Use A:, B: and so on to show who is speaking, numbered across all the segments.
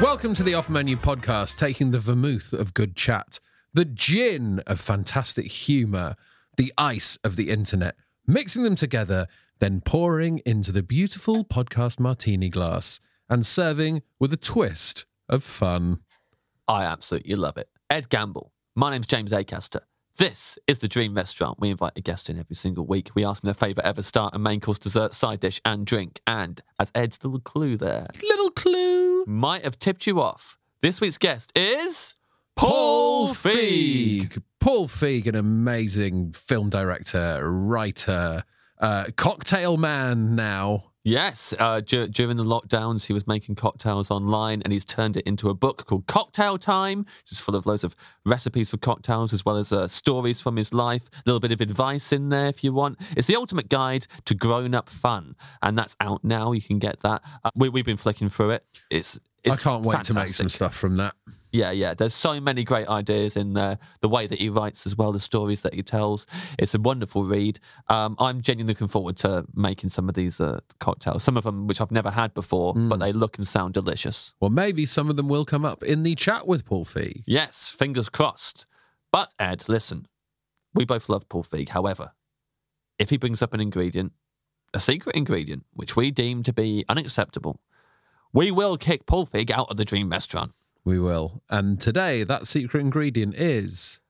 A: Welcome to the Off Menu podcast, taking the vermouth of good chat, the gin of fantastic humor, the ice of the internet, mixing them together, then pouring into the beautiful podcast martini glass and serving with a twist of fun.
B: I absolutely love it. Ed Gamble. My name's James Acaster. This is the Dream Restaurant. We invite a guest in every single week. We ask them their favourite ever start, a main course, dessert, side dish, and drink. And as Ed's little clue there
A: Little clue.
B: might have tipped you off, this week's guest is Feig.
A: Feig. Paul Feig, an amazing film director, writer, uh, cocktail man now.
B: Yes, uh, dur- during the lockdowns, he was making cocktails online and he's turned it into a book called Cocktail Time, which is full of loads of recipes for cocktails as well as uh, stories from his life, a little bit of advice in there if you want. It's the ultimate guide to grown up fun, and that's out now. You can get that. Uh, we, we've been flicking through it. It's, it's
A: I can't wait to make some
B: fantastic.
A: stuff from that.
B: Yeah, yeah. There's so many great ideas in there. The way that he writes as well, the stories that he tells. It's a wonderful read. Um, I'm genuinely looking forward to making some of these uh, cocktails. Some of them which I've never had before,
A: Mm.
B: but they look and sound delicious.
A: Well, maybe some of them will come up in the chat with Paul Feig.
B: Yes, fingers crossed. But Ed, listen, we both love Paul Feig. However, if he brings up an ingredient, a secret ingredient which we deem to be unacceptable, we will kick Paul Feig out of the Dream Restaurant.
A: We will. And today, that secret ingredient is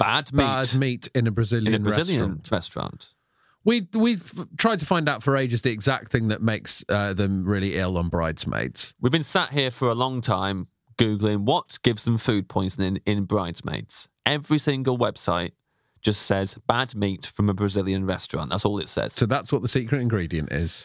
B: Bad meat,
A: bad meat in a Brazilian,
B: in a Brazilian
A: restaurant.
B: restaurant.
A: We we've tried to find out for ages the exact thing that makes uh, them really ill on bridesmaids.
B: We've been sat here for a long time Googling what gives them food poisoning in bridesmaids. Every single website just says bad meat from a Brazilian restaurant. That's all it says.
A: So that's what the secret ingredient is.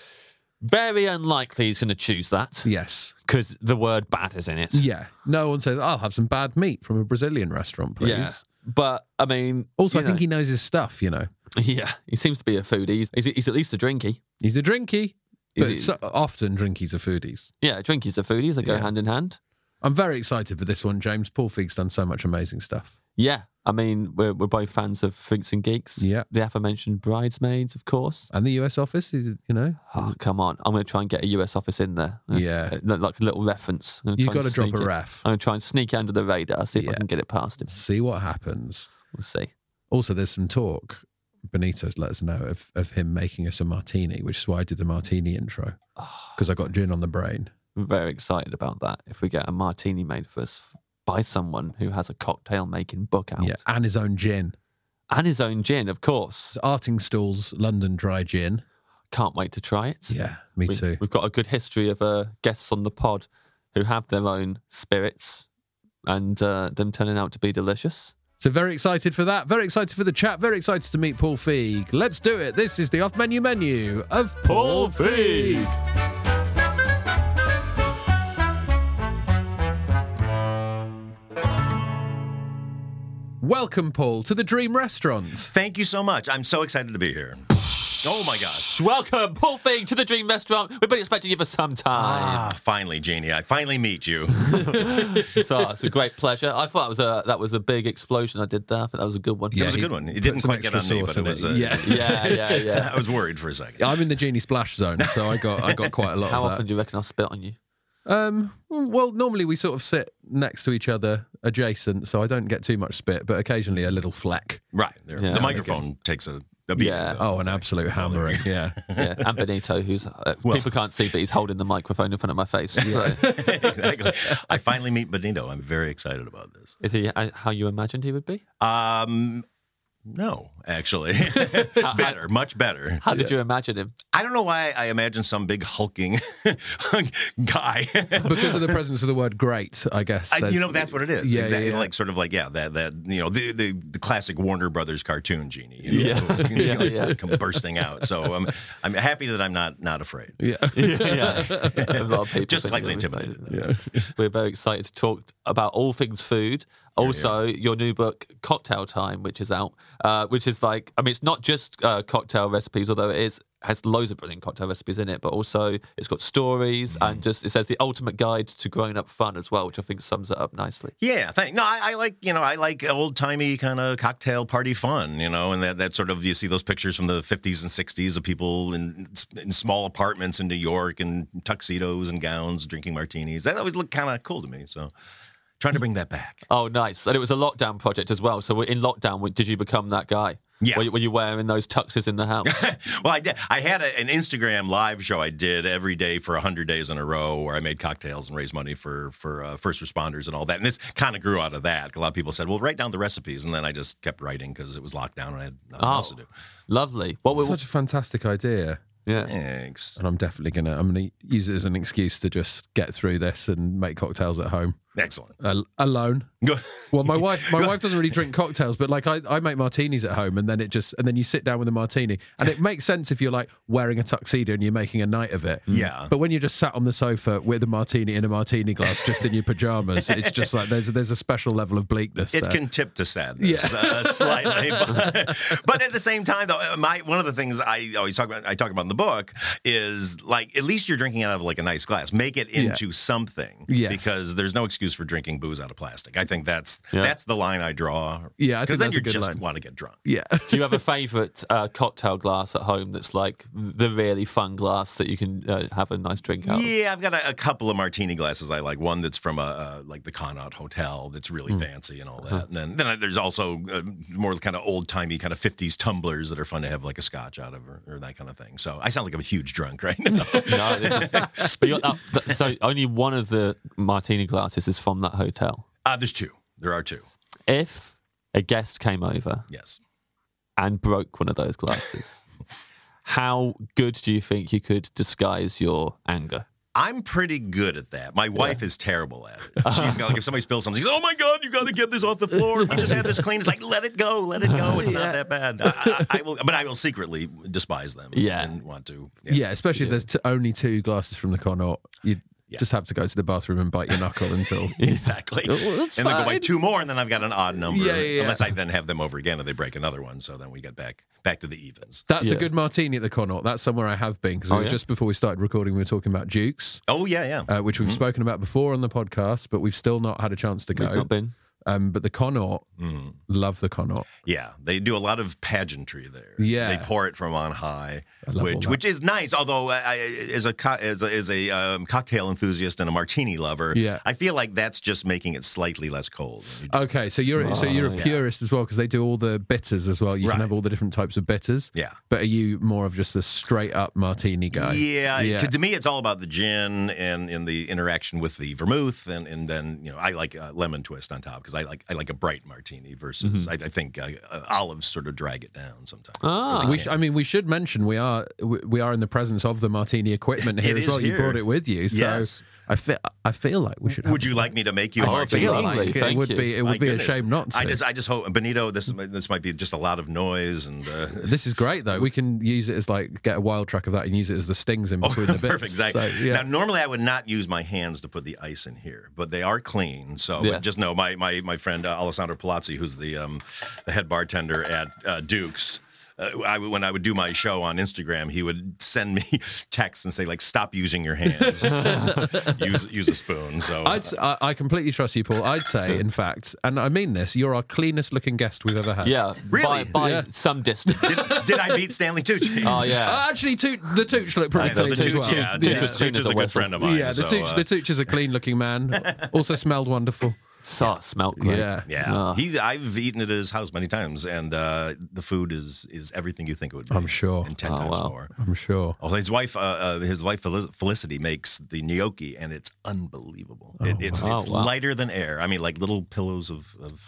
B: Very unlikely he's going to choose that
A: Yes.
B: because the word bad is in it.
A: Yeah. No one says I'll have some bad meat from a Brazilian restaurant, please.
B: Yeah. But I mean,
A: Also,
B: you
A: I think
B: know,
A: he knows his stuff. You know,
B: yeah, he seems to be a foodie. He's, he's, he's at least a drinky.
A: he's a drinky,
B: Is
A: but
B: it-
A: so, often drinkies are foodies.
B: Yeah, drinkies are foodies. They go
A: Yeah.
B: hand in hand.
A: I'm very excited for this one, James. Paul Feig's done so much amazing stuff.
B: Yeah, I mean, we're, we're both fans of Freaks and Geeks.
A: Yeah.
B: The aforementioned Bridesmaids, of course.
A: And the US office, he did- you know,
B: Oh, come on. I'm going to try and get a US office in there.
A: Yeah.
B: Uh, Like like a little reference. I'm gonna
A: You've
B: try and
A: gotta drop
B: sneak
A: a
B: it-
A: ref.
B: I'm going to try and sneak it under the radar, see if I
A: Yeah.
B: can get it past him.
A: see what happens.
B: We'll see.
A: Also, there's some talk. Benito let us know of, of him making us a martini, which is why I did the martini intro
B: Ah,
A: because I got gin on the brain.
B: I'm very excited about that. If we get a martini made for us by someone who has a cocktail making book out
A: Yeah, and his own gin.
B: and his own gin, of course.
A: It's Artingstall's London Dry Gin.
B: Can't wait to try it.
A: Yeah, me
B: we,
A: too.
B: We've got a good history of uh, guests on the pod who have their own spirits and uh, them turning out to be delicious.
A: So very excited for that. Very excited for the chat. Very excited to meet Paul Feig. Let's do it. This is the off menu menu of Paul Feig. Welcome, Paul, to the Dream Restaurant.
C: Thank you so much. I'm so excited to be here. Oh my gosh.
B: Welcome, Paul Fig, to the Dream Restaurant. We've been expecting you for some time.
C: Ah, finally, Jeannie. I finally meet you.
B: so it's a great pleasure. I thought that was a that was a big explosion I did there. I think that was a good one.
C: It was a good one. It didn't
A: some
C: quite get on
A: extra
C: me, but
A: sauce
C: it
A: in
C: was.
A: it.
C: Uh,
A: Yeah.
B: Yeah, yeah, yeah.
C: I was worried for a second.
A: I'm in the genie splash zone, so I got I got quite a lot
B: How
A: of that.
B: often do you reckon I'll spit on you?
A: Um, well, normally we sort of sit next to each other, adjacent, so I don't get too much spit, but occasionally a little fleck.
C: Right. There.
B: Yeah.
C: the microphone takes a, a beat.
B: Yeah.
A: Oh, an absolute hammering. Yeah.
B: Yeah, and Benito, who's uh, people can't see, but he's holding the microphone in front of my face. So,
C: exactly. I finally meet Benito. I'm very excited about this.
B: is he uh, how you imagined he would be?
C: Um, no, actually. better, much better.
B: How did you imagine him?
C: I don't know why I imagine some big hulking guy.
A: Because of the presence of the word great, I guess.
C: I,
A: there's-
C: you know that's what it is.
A: Yeah,
C: exactly.
A: yeah, yeah.
C: Like sort of like yeah, that that you know the the, the classic Warner Brothers cartoon genie. You
B: Yeah.
C: know, you know,
B: Yeah,
C: like,
B: yeah.
C: come bursting out. So I'm I'm happy that I'm not not afraid.
A: Yeah.
B: yeah, a lot of people
C: Just
B: think
C: slightly
B: that we've
C: intimidated.
B: made it. We're very excited to talk about all things food. Also, your new book, Cocktail Time, which is out, uh, which is like, I mean, it's not just uh, cocktail recipes, although it is has loads of brilliant cocktail recipes in it, but also it's got stories and just it says the ultimate guide to growing up fun as well, which I think sums it up nicely.
C: Yeah, thank, no, I, I like you know I like old timey kind of cocktail party fun, you know, and that, that sort of you see those pictures from the fifties and sixties of people in in small apartments in New York and tuxedos and gowns drinking martinis. That always looked kind of cool to me. So trying to bring that back.
B: Oh, nice! And it was a lockdown project as well. So in lockdown, w- did you become that guy?
C: Yeah.
B: Were you, were you wearing those tuxes in the house?
C: well, I did. I had a, an Instagram live show I did every day for hundred days in a row, where I made cocktails and raised money for for uh, first responders and all that. And this kind of grew out of that. A lot of people said, "Well, write down the recipes," and then I just kept writing because it was locked down and I had nothing else to do.
B: Lovely. What were
A: Such a fantastic idea.
B: yeah?
C: Thanks.
A: And I'm definitely gonna I'm gonna use it as an excuse to just get through this and make cocktails at home.
C: Excellent.
A: Al- alone.
C: Good.
A: Well, my wife, my wife doesn't really drink cocktails, but like I, I make martinis at home, and then it just, and then you sit down with a martini, and it makes sense if you're like wearing a tuxedo and you're making a night of it.
C: Yeah.
A: But when you're just sat on the sofa with a martini in a martini glass, just in your pajamas, it's just like there's a, there's a special level of bleakness.
C: It
A: there.
C: can tip to sadness uh, slightly, but, but at the same time, though, uh, my one of the things I always talk about, I talk about in the book, is like at least you're drinking out of like a nice glass. Make it into something,
A: Yes.
C: because there's no excuse for drinking booze out of plastic. I think that's
B: Yeah.
C: that's the line I draw.
A: Yeah, I think
C: because then
A: that's
C: you
A: a good
C: just
A: line.
C: want to get drunk.
A: Yeah.
B: Do you have a favourite uh, cocktail glass at home that's like the really fun glass that you can uh, have a nice drink out of?
C: Yeah, I've got a, a couple of martini glasses I like. One that's from a, uh like the Connaught Hotel that's really fancy and all that. And then then there's also uh, more kind of old timey kind of 50s tumblers that are fun to have like a scotch out of or, or that kind of thing. So I sound like I'm a huge drunk right now.
B: No, this is, but you're, uh, th- so only one of the martini glasses is from that hotel.
C: uh, there's two. There are two.
B: If a guest came over
C: Yes.
B: and broke one of those glasses, how good do you think you could disguise your anger?
C: I'm pretty good at that. My wife is terrible at it. She's got, like, if somebody spills something, she's oh my God, you got to get this off the floor. We just had this clean. It's like, let it go, let it go. It's not that bad. I, I, I will, but I will secretly despise them
B: Yeah.
C: and want to.
A: Yeah, especially if there's t- only two glasses from the Connaught, you
C: Yeah.
A: just have to go to the bathroom and bite your knuckle until.
C: Exactly.
A: Oh, that's
C: and then go buy
A: fine.
C: two more, and then I've got an odd number.
A: Yeah, yeah, yeah.
C: Unless I then have them over again and they break another one, so then we get back back to the evens.
A: That's
B: Yeah.
A: a good martini at the Connaught. That's somewhere I have been because
B: yeah?
A: just before we started recording, we were talking about Dukes,
C: Oh yeah, yeah.
A: uh, which we've spoken about before on the podcast, but we've still not had a chance to
B: We've
A: go.
B: not been.
A: Um, but the Connaught, love the Connaught.
C: Mm. Yeah, they do a lot of pageantry there.
A: Yeah.
C: they pour it from on high,
A: love all
C: which
A: that.
C: which is nice. Although, I, I, as a co- as a, as a um, cocktail enthusiast and a martini lover,
A: Yeah. Uh,
C: I feel like that's just making it slightly less cold.
A: Okay, so you're so you're a purist as well because they do all the bitters as well. You
C: Right.
A: can have all the different types of bitters.
C: Yeah.
A: But are you more of just the straight up martini guy?
C: Yeah,
A: Yeah.
C: To, to me, it's all about the gin and, and the interaction with the vermouth, and, and then you know I like a lemon twist on top because I like I like a bright martini
A: Mm-hmm.
C: versus I, I think uh, uh, olives sort of drag it down sometimes.
B: Ah,
A: We sh- I mean, we should mention we are we we are in the presence of the martini equipment here
C: It
A: as
C: is
A: well. You
C: here.
A: brought it with you, so
C: Yes.
A: I feel I feel like we should. Have
C: Would you like me to make you a
B: Oh, it'd be
C: martini?
B: lovely.
A: it
B: Thank
A: would
B: you.
A: be it
C: My
A: would be
C: goodness.
A: a shame not to.
C: I just I just hope Benito this might- this might be just a lot of noise and uh,
A: this is great though. We can use it as like get a wild track of that and use it as the stings in between the bits.
C: Oh, perfect. Exactly.
A: So, yeah.
C: Now normally I would not use my hands to put the ice in here, but they are clean, so
B: Yes.
C: just know my my my friend uh, Alessandro Palazzi, who's the um, the head bartender at uh, Duke's. Uh, I would- when I would do my show on Instagram, he would send me texts and say like, "Stop using your hands, use use a spoon." So
A: I'd, s- I, I completely trust you, Paul. I'd say, in fact, and I mean this, you're our cleanest looking guest we've ever had.
B: Yeah,
C: Really?
B: by, by some distance.
C: did, did I beat Stanley Tucci?
B: oh
A: Uh,
B: yeah,
A: actually, Toot, the Tooch looked pretty
C: I know
A: clean
C: the
A: as
C: Tucci.
A: well.
C: Yeah,
B: Tucci was
C: Tucci
B: clean as
C: is
B: a
C: a good
B: whistle.
C: friend of mine.
A: yeah, the
C: so,
A: Tooch,
C: uh,
A: the Tooch is a clean looking man. also smelled wonderful.
B: so, smelt great.
A: Yeah.
C: Yeah, he. I've eaten it at his house many times, and uh, the food is is everything you think it would be.
A: I'm sure.
C: and ten
B: Oh,
C: times more.
A: I'm sure.
C: Oh, his wife, uh, uh, his wife Felic- Felicity makes the gnocchi, and it's unbelievable. it, it's
B: wow.
C: it's
B: Oh, wow.
C: lighter than air. I mean, like little pillows of, of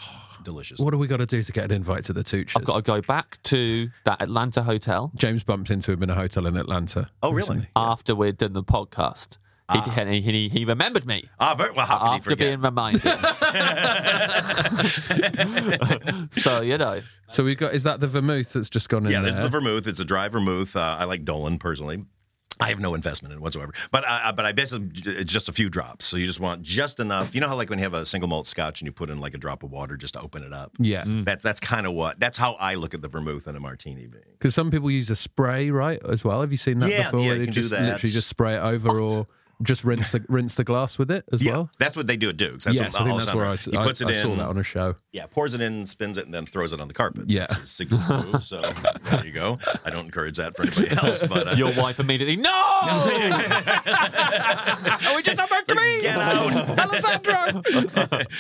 C: delicious.
A: What do we got to do to get an invite to the Tooches?
B: I've got to go back to that Atlanta hotel
A: James bumped into him in a hotel in Atlanta.
C: Oh, really?
A: recently.
B: after we'd done the podcast. He, and he, he, he remembered me
C: Ah, very, well, how could he
B: after
C: forget?
B: being reminded. so you know,
A: So we've got, is that the vermouth that's just gone in
C: yeah,
A: there?
C: there's the vermouth. It's a dry vermouth. Uh, I like Dolan personally. I have no investment in it whatsoever, but I, I- but I basically it's just a few drops. So you just want just enough. You know how like when you have a single malt scotch and you put in like a drop of water just to open it up.
A: yeah.
C: That's that's kind of what that's how I look at the vermouth and a martini being.
A: Because some people use a spray, right? As well. Have you seen that
C: Yeah,
A: before?
C: yeah,
A: where
C: you
A: they
C: can do
A: just
C: that.
A: literally just spray it over or just rinse the rinse the glass with it as
C: Yeah,
A: well.
C: that's what they do at Duke's. That's
A: yes,
C: what
A: I think that's
C: Alessandro-
A: where I, s-
C: he puts
A: I-
C: it
A: I
C: in.
A: saw that on a show.
C: Yeah, pours it in, spins it, and then throws it on the carpet.
A: Yeah.
C: That's his signature move. So there you go. I don't encourage that for anybody else, but uh,
B: your wife immediately no.
A: Oh, we just had mercury!
C: Get out.
A: Alessandro!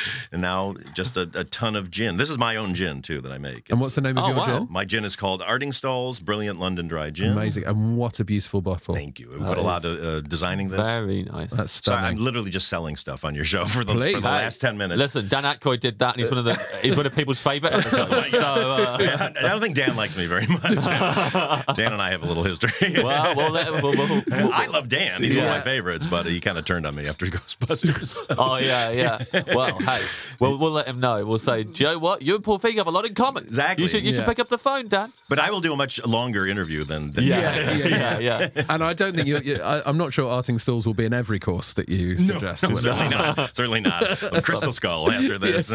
C: and now just a, a ton of gin. This is my own gin too that I make.
A: and what's the name of
B: Oh,
A: your
B: wow.
A: gin?
C: my gin is called Ardingstall's Brilliant London Dry Gin.
A: Amazing. And what a beautiful bottle.
C: Thank you. It put a lot of uh, designing this.
B: Very nice.
A: That's
C: Sorry, I'm
A: stunning.
C: literally just selling stuff on your show for the, for
A: Please.
C: the
A: Hey.
C: last ten minutes.
B: Listen, Dan Aykroyd did that, and he's one of the he's one of people's favourite episodes. so uh,
C: I I don't think Dan likes me very much. Dan and I have a little history.
B: well, we'll let him. We'll, we'll- we'll-
C: I love Dan. He's one
A: Yeah.
C: of my favorites, but he kind of turned on me after Ghostbusters.
B: oh yeah, yeah. Well, hey, we'll we'll let him know. We'll say, Joe, what you and Paul Fig have a lot in common.
C: Exactly.
B: You should you should
A: Yeah.
B: pick up the phone, Dan.
C: But I will do a much longer interview than, than
B: yeah, yeah. yeah, yeah.
A: And I don't think you're, you I, I'm not sure arting stalls will be in every course that you suggest. will it?
C: Certainly not. Certainly not. With Crystal Skull after this.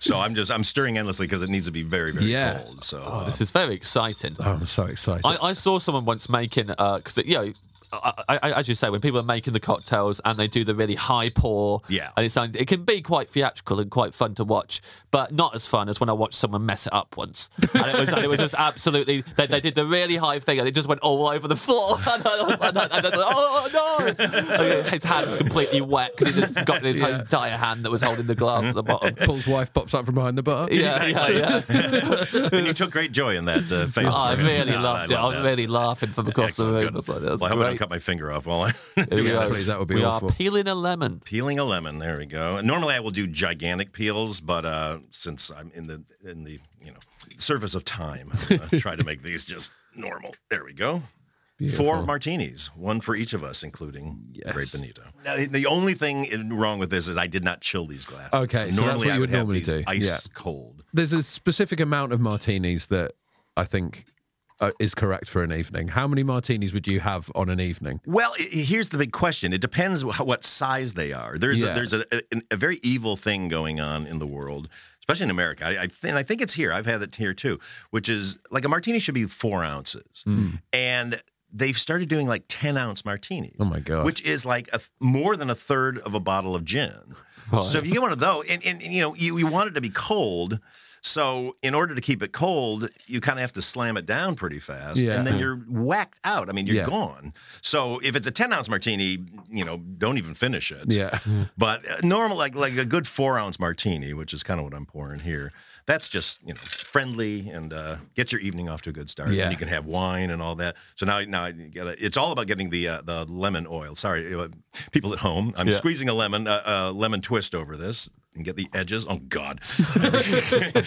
C: so I'm just I'm stirring endlessly because it needs to be very very
A: Yeah.
C: cold. So uh,
B: This is very exciting.
A: Oh, I'm so excited.
B: I, I saw someone once making because you know. I, I, I- as you say, when people are making the cocktails and they do the really high pour,
C: Yeah.
B: and it sounds it can be quite theatrical and quite fun to watch, but not as fun as when I watched someone mess it up once. And it was, and it was just absolutely they, they did the really high thing and it just went all over the floor. and I was, and I, and I was like, oh no! And his hand was completely wet because he just got his whole entire hand that was holding the glass at the bottom.
A: Paul's wife pops up from behind the bar.
B: Yeah, yeah, yeah.
C: and you took great joy in that. Uh, fail
B: Oh, I
C: for him.
B: really
C: No,
B: loved it. I was
C: love that.
B: really laughing from across
C: Excellent,
B: the room.
C: good.
B: I was like, that was
C: well, I hope I
B: great.
C: don't cut my finger off while I'm
B: Here we
A: Yeah,
B: go.
A: please, that would be
B: we
A: awful.
B: are peeling a lemon.
C: peeling a lemon. There we go. Normally I will do gigantic peels, but uh, since I'm in the in the you know service of time, I'm gonna try to make these just normal. There we go. Four martinis, one for each of us, including Great Benito. Now, the only thing in- wrong with this is I did not chill these glasses.
A: Okay, so that's
C: normally
A: what
C: I
A: you
C: would
A: would normally
C: have these
A: do.
C: ice
A: Yeah.
C: cold.
A: There's a specific amount of martinis that I think uh, is correct for an evening. How many martinis would you have on an evening?
C: Well, i- i- here's the big question. It depends wh- what size they are. There's
A: Yeah.
C: a, there's a, a, a very evil thing going on in the world, especially in America. I, I th- and I think it's here. I've had it here too, which is like a martini should be four ounces,
A: Hmm.
C: and they've started doing like ten ounce martinis.
A: Oh my God.
C: Which is like a, th- more than a third of a bottle of gin. So if you get one of those, and, and and, you know you, you want it to be cold. So in order to keep it cold, you kind of have to slam it down pretty fast,
A: Yeah. Hmm.
C: and then you're whacked out. I mean, you're
A: Yeah.
C: gone. So if it's a ten ounce martini, you know, don't even finish it.
A: Yeah.
C: But uh, normal, like like a good four ounce martini, which is kind of what I'm pouring here. That's just you know friendly and uh, gets your evening off to a good start.
A: Yeah.
C: And you can have wine and all that. So now now you gotta, it's all about getting the uh, the lemon oil. Sorry, uh, people at home, I'm
B: Yeah.
C: squeezing a lemon uh, uh, lemon twist over this and get the edges. Oh God.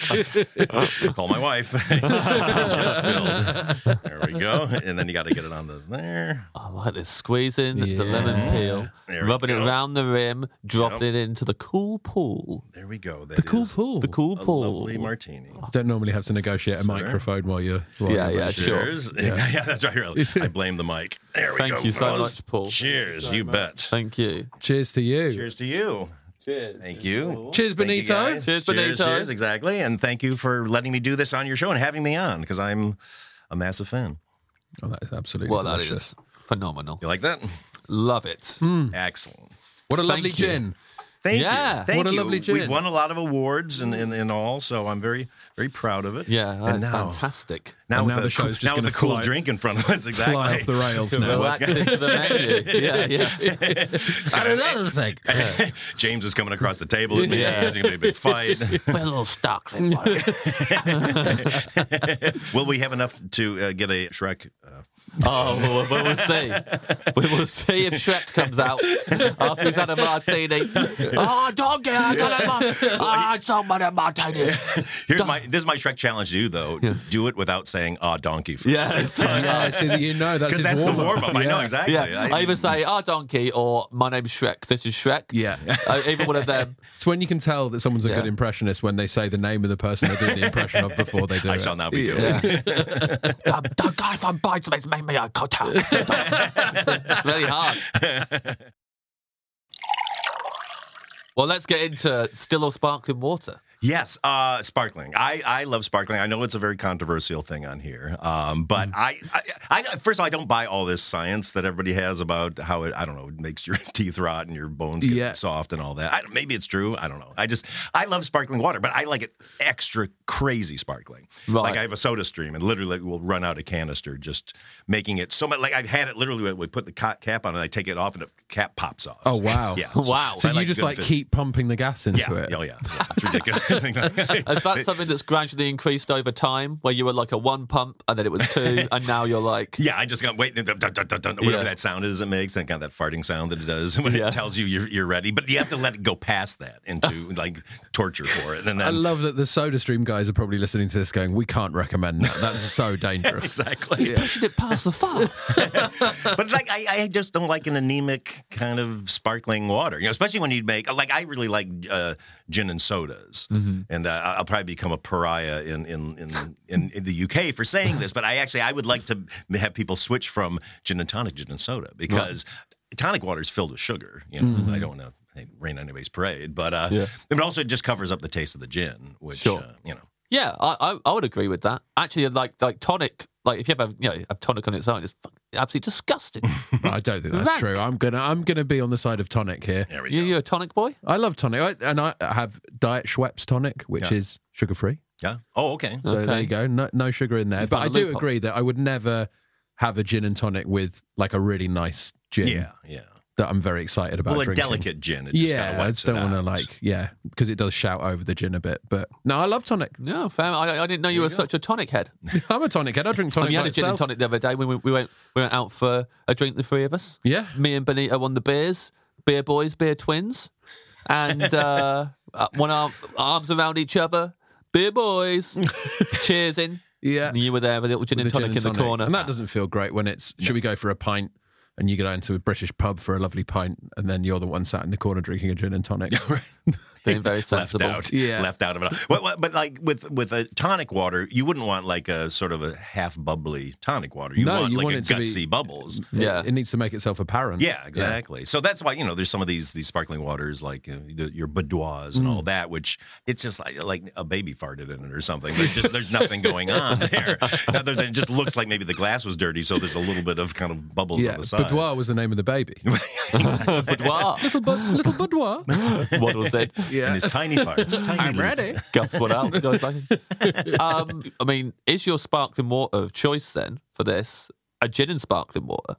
C: Call my wife. I just spilled. There we go. And then you got to get it on the there.
B: Oh, I like this. Squeezing
A: Yeah.
B: the lemon peel,
C: There we
B: rubbing it
C: go.
B: around the rim, dropping it into the cool pool.
C: There we go. That
A: The cool
C: is
A: pool.
B: The cool
C: a
B: pool.
C: lovely martini.
A: Don't normally have to negotiate a microphone while you're. While
B: Yeah,
A: you're
B: yeah,
A: munching.
B: sure.
C: Cheers. Yeah. that's right. Really. I blame the mic. There we
B: Thank
C: go.
B: you so
C: fellas.
B: much, Paul.
C: Cheers. you bet.
B: Thank you.
A: Cheers to you.
C: Cheers to you.
B: Cheers.
C: Thank you.
A: Cheers,
C: Thank you,
A: Benito.
C: guys.
B: Cheers, Benito.
C: Cheers, exactly. And thank you for letting me do this on your show and having me on because I'm a massive fan.
A: Oh, that is absolutely
B: Well, that
A: delicious. Hmm.
B: is phenomenal.
C: You like that?
B: Love it.
C: Excellent.
A: What a
B: Thank
A: lovely
B: you.
A: gin.
C: Thank
B: Yeah.
C: you. Thank
A: What a
C: you.
A: lovely gin.
C: We've won a lot of awards and, and, and all, so I'm very, very proud of it.
B: Yeah, that's
C: and now,
B: fantastic.
C: now,
A: And
C: with
A: now
C: a
A: the show's
C: cool-
A: just
C: now with
A: gonna
C: a cool
A: fly-
C: drink in front of us. Exactly.
A: Fly off the rails now.
C: Well,
B: Relax into the menu. Yeah, yeah.
A: another thing.
C: James is coming across the table at me.
B: Yeah.
C: There's going to be a big fight.
B: a little stock. oh,
C: Will we have enough to uh, get a Shrek? Uh,
B: Oh, well, we will see. We will see if Shrek comes out after he's had a martini. Oh, don't get out of martini. Oh, someone a martini.
C: here's my this is my Shrek challenge to you though. Do it without saying "ah donkey" first.
B: Yeah, it's like, oh,
A: Yeah, I see that you know that's
C: because
A: his
C: that's
A: warm
C: the warm up. I know
A: Yeah.
C: exactly.
B: yeah. I either say, oh, donkey, or my name's Shrek. This is Shrek.
A: Yeah.
B: Uh, even one of them.
A: It's when you can tell that someone's a good
B: Yeah.
A: impressionist when they say the name of the person they're doing the impression of before they do
C: I
A: it.
C: shall now be you.
B: the, the guy from Bridesmaids made me a cocktail. uh, it's really hard. Well, let's get into still or sparkling water.
C: Yes, uh, sparkling. I, I love sparkling. I know it's a very controversial thing on here, um,
A: Mm.
C: but I, I, I first of all, I don't buy all this science that everybody has about how it I don't know it makes your teeth rot and your bones get
A: Yeah.
C: soft and all that. I, don't- maybe it's true. I don't know. I just I love sparkling water, but I like it extra crazy sparkling.
B: Right.
C: Like I have a Soda Stream and literally will run out a canister just making it so much. Like I've had it literally. We put the co- cap on and I take it off and the cap pops off.
A: Oh, wow.
C: Yeah.
B: Wow.
A: So
C: I
A: you just
C: good
A: like
C: fizz.
A: keep pumping the gas into
C: Yeah.
A: it.
C: Oh yeah. yeah. It's ridiculous.
B: Is that something that's gradually increased over time, where you were like a one pump and then it was two, and now you're like,
C: Yeah, I just got waiting. Dun, dun, dun, dun, dun, whatever
B: Yeah.
C: that sound is it makes, and kind of that farting sound that it does when
B: Yeah.
C: it tells you you're, you're ready. But you have to let it go past that into like torture for it. And then
A: I love that the SodaStream guys are probably listening to this going, we can't recommend that. That's so dangerous.
C: exactly.
B: pushing it past the fire?
C: but like I, I just don't like an anemic kind of sparkling water. You know, especially when you make like I really like uh, gin and sodas,
A: Mm-hmm.
C: and uh, I'll probably become a pariah in in, in in in the UK for saying this. But I actually I would like to have people switch from gin and tonic, gin and soda because tonic water is filled with sugar. You know,
A: Mm-hmm.
C: I don't know. Rain on anybody's parade, but uh,
B: Yeah.
C: but also it just covers up the taste of the gin, which
B: Sure.
C: uh, you know.
B: Yeah, I, I I would agree with that. Actually, like like tonic, like if you have a you know a tonic on its own, it's fuck- absolutely disgusting.
A: I don't think that's
B: Rank.
A: true. I'm gonna I'm gonna be on the side of tonic here.
C: There we
B: you you a tonic boy?
A: I love tonic, I, and I have Diet Schweppes tonic, which
C: Yeah.
A: is sugar free.
C: go. Yeah. Oh, okay.
A: So there
B: Okay.
A: you go, no, no sugar in there.
B: You've
A: but
B: found
A: I
B: a
A: do
B: loophole.
A: agree that I would never have a gin and tonic with like a really nice gin
C: Yeah, yeah.
A: that I'm very excited about.
C: well,
A: drinking.
C: a delicate gin. It just
A: Yeah,
C: kinda
A: I
C: wipes
A: just don't
C: it
A: want to
C: out.
A: like yeah because it does shout over the gin a bit. But no, I love tonic.
B: No, fam. I, I didn't know you were such a tonic head.
A: I'm a tonic head. I drink
B: I
A: tonic.
B: mean, you
A: by
B: had a gin and
A: itself.
B: tonic the other day when we, we went we went out for a drink, the three of us.
A: Yeah.
B: Me and Benito on the beers, beer boys, beer twins, and uh, uh, one arm, arms around each other, beer boys, cheers in.
A: Yeah.
B: And you were there with a little gin and
A: with a
B: tonic in the
A: tonic.
B: corner.
A: and that doesn't feel great when it's. Should we go for a pint? And you go down to a British pub for a lovely pint, and then you're the one sat in the corner drinking a gin and tonic.
B: Being very
C: left
B: sensible.
C: out,
A: Yeah.
C: left out of it. all. Well, well, but like with with a tonic water, you wouldn't want like a sort of a half bubbly tonic water. You
A: No,
C: want
A: you
C: like
A: want
C: a
A: it to be-
C: gutsy bubbles.
B: Yeah.
A: It, needs to make itself apparent.
C: Yeah, exactly. So that's why you know there's some of these these sparkling waters like uh, the, your boudoirs and
A: Mm.
C: all that, which it's just like like a baby farted in it or something. There's just there's nothing going on there. Other than it just looks like maybe the glass was dirty, so there's a little bit of kind of bubbles
A: Yeah.
C: on the side.
A: Boudoir was the name of the baby.
B: Boudoir.
A: little, bu- little boudoir.
B: Waddles in.
C: And
A: Yeah.
C: it's tiny farts. Tiny
A: I'm
C: little-
A: ready.
B: Guffs one out. goes back in. um, I mean, is your sparkling water of choice then for this a gin and sparkling water,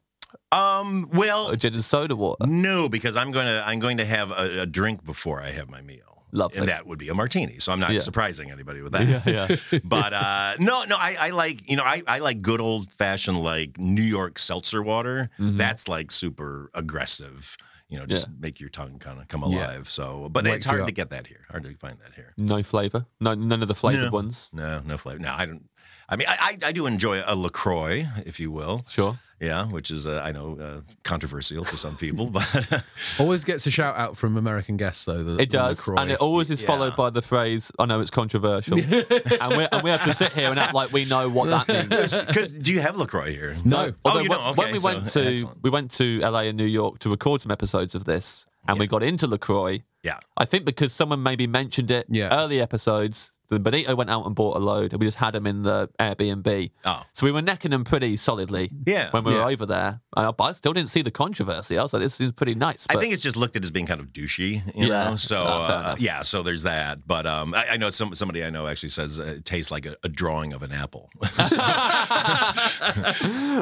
C: Um. Well,
B: a gin and soda water?
C: No, because I'm going to I'm going to have a, a drink before I have my meal.
B: Lovely.
C: And that would be a martini. So I'm not
B: Yeah.
C: surprising anybody with that. but uh, no, no, I, I like you know I, I like good old fashioned like New York seltzer water. That's like super aggressive. You know, just
B: Mm-hmm. Yeah.
C: make your tongue kind of come
A: Yeah.
C: alive. So, but
A: Wakes
C: it's
A: you
C: hard to
A: up.
C: get that here. Hard to find that here.
B: No flavour. No, none of the flavoured
C: No.
B: ones.
C: No, no flavor. No, I don't. I mean, I, I, I do enjoy a Lacroix, if you will.
B: Sure.
C: Yeah, which is uh, I know uh, controversial for some people, but
A: Always gets a shout out from American guests, though. The,
B: It does,
A: The LaCroix.
B: and it always is followed by the phrase, "I know it's controversial," and, we and we have to sit here and act like we know what that means.
C: Because do you have Lacroix here?
B: No,
C: Oh, you
B: when,
C: don't?
B: when
C: Okay,
B: we
C: so-
B: went to
C: excellent.
B: we went to LA and New York to record some episodes of this, and we got into LaCroix.
C: Yeah.
B: I think because someone maybe mentioned it
A: Yeah.
B: early episodes, then Benito went out and bought a load and we just had him in the Airbnb.
C: Oh.
B: So we were necking him pretty solidly
C: Yeah.
B: when we
A: Yeah.
B: were over there. And I, but I still didn't see the controversy. I was like, this seems pretty nice. But
C: I think it's just looked at as being kind of douchey, you
B: Yeah.
C: know. So
B: Oh, fair
C: uh,
B: enough.
C: yeah, so there's that. But um, I, I know some somebody I know actually says uh, it tastes like a, a drawing of an apple.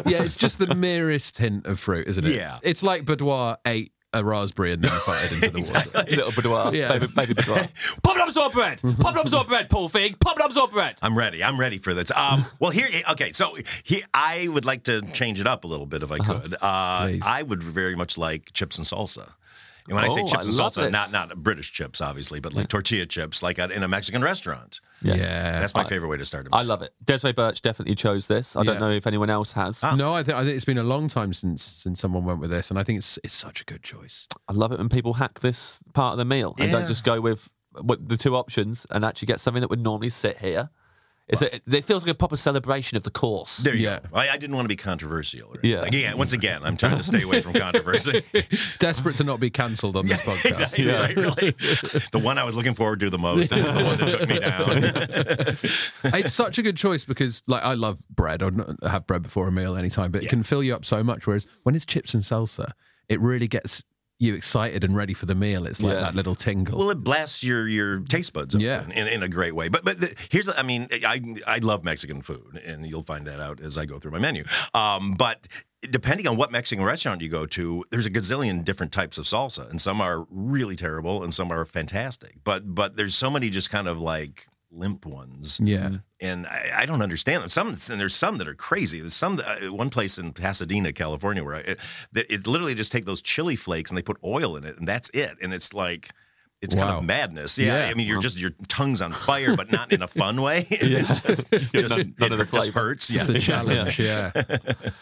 A: Yeah, it's just the merest hint of fruit, isn't it?
C: Yeah.
A: It's like Boudoir ate a raspberry and then farted into the water.
B: little boudoir,
A: Yeah.
B: baby, baby boudoir. Pop ups or bread? Pop ups or bread, Paul Fig? Pop ups or bread?
C: I'm ready. I'm ready for this. Um, well, here, okay. So he, I would like to change it up a little bit if I
B: Uh-huh.
C: could. Uh,
A: Please.
C: I would very much like chips and salsa. And when I say
B: Oh,
C: chips
B: I
C: and
B: love
C: salsa,
B: this.
C: not not British chips, obviously, but like tortilla chips, like at, in a Mexican restaurant.
A: Yeah.
C: That's my favorite way to start.
B: I love it. Desiree Birch definitely chose this. I
A: Yeah. Ah.
B: don't know if anyone else has.
A: No, I, think I think it's been a long time since since someone went with this, and I think it's it's such a good choice.
B: I love it when people hack this part of the meal and
C: Yeah.
B: don't just go with, with the two options and actually get something that would normally sit here. It's a, it feels like a proper celebration of the course.
C: There you
A: Yeah.
C: go. I, I didn't want to be controversial. Or
B: Yeah.
C: anything. Like, yeah. Once again, I'm trying to stay away from controversy.
A: Desperate to not be cancelled on this podcast.
C: Exactly, right, really. The one I was looking forward to the most is the one that took me down.
A: it's such a good choice because like I love bread. I'd not have bread before a meal anytime, but it can fill you up so much. Whereas when it's chips and salsa, it really gets you excited and ready for the meal. It's like
B: Yeah.
A: that little tingle.
C: well, it blasts your your taste buds open
A: Yeah.
C: in, in a great way. But but the, here's the, I mean I I love Mexican food, and you'll find that out as I go through my menu. Um, but depending on what Mexican restaurant you go to, there's a gazillion different types of salsa, and some are really terrible, and some are fantastic. But but there's so many just kind of like limp ones.
A: yeah.
C: and I, I don't understand them. Some and there's some that are crazy. There's some that, uh, one place in Pasadena, California, where I, it, that it literally just take those chili flakes and they put oil in it, and that's it. And it's like. It's kind
A: Wow.
C: of madness. Yeah,
A: Yeah.
C: I mean, you're just your tongue's on fire, but not in a fun way. yeah, just, just,
B: None- none of the
C: it just
B: flavor.
C: hurts.
A: It's
C: Yeah,
A: the challenge, yeah.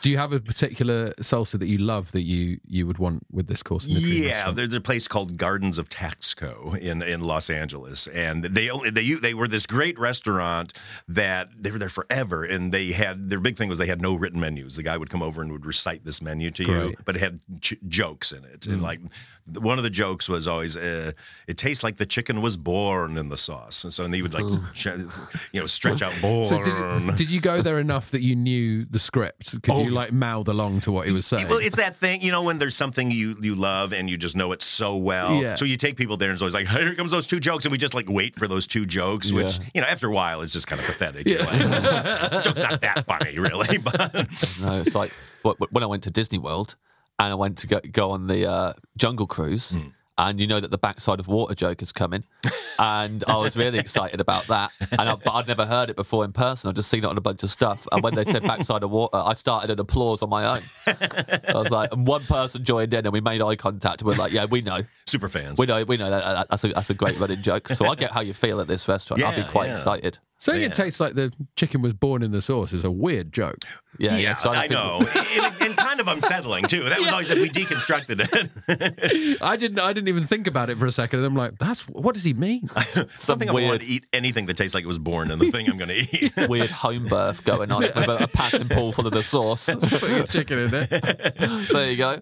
A: Do you have a particular salsa that you love that you you would want with this course? In the dream
C: Yeah,
A: restaurant?
C: there's a place called Gardens of Taxco in, in Los Angeles, and they only they they were this great restaurant that they were there forever, and they had their big thing was they had no written menus. The guy would come over and would recite this menu to you,
A: Great. Mm.
C: but it had ch- jokes in it, and like th- one of the jokes was always uh, it tastes like the chicken was born in the sauce, and so and they would like ch- you know stretch out born.
A: So did, did you go there enough that you knew the script? Could you like mouth along to what he was saying?
C: Oh, Well, it's that thing, you know, when there's something you you love and you just know it so well.
A: Yeah.
C: So you take people there and it's always like, here comes those two jokes, and we just like wait for those two jokes, which you know, after a while is just kind of pathetic. You're like, "The joke's not that funny, really. But
B: No, it's like wh- wh- when I went to Disney World and I went to go, go on the uh, Jungle Cruise,
C: Hmm.
B: and you know that the backside of Water Joke is coming, and I was really excited about that. And I, but I'd never heard it before in person. I'd just seen it on a bunch of stuff. And when they said backside of water, I started an applause on my own. I was like, and one person joined in, and we made eye contact. And we're like, yeah, we know,
C: super fans.
B: we know, we know that- that that's a that's a great running joke. So I get how you feel at this restaurant. I'll
C: Yeah,
B: be quite
C: yeah.
B: excited.
A: Saying it tastes like the chicken was born in the sauce is a weird joke.
B: Yeah,
C: yeah,
B: excited
C: I
B: people-
C: know. and, and kind of unsettling too. That was always if we deconstructed it.
A: I didn't. I didn't even think about it for a second. And I'm like, "That's what does he mean?"
B: Some
C: Something I
B: weird
C: want to eat anything that tastes like it was born in the thing I'm going to eat.
B: weird home birth going on with a, a packing pool full of the sauce.
A: Putting a chicken in it.
B: There you go.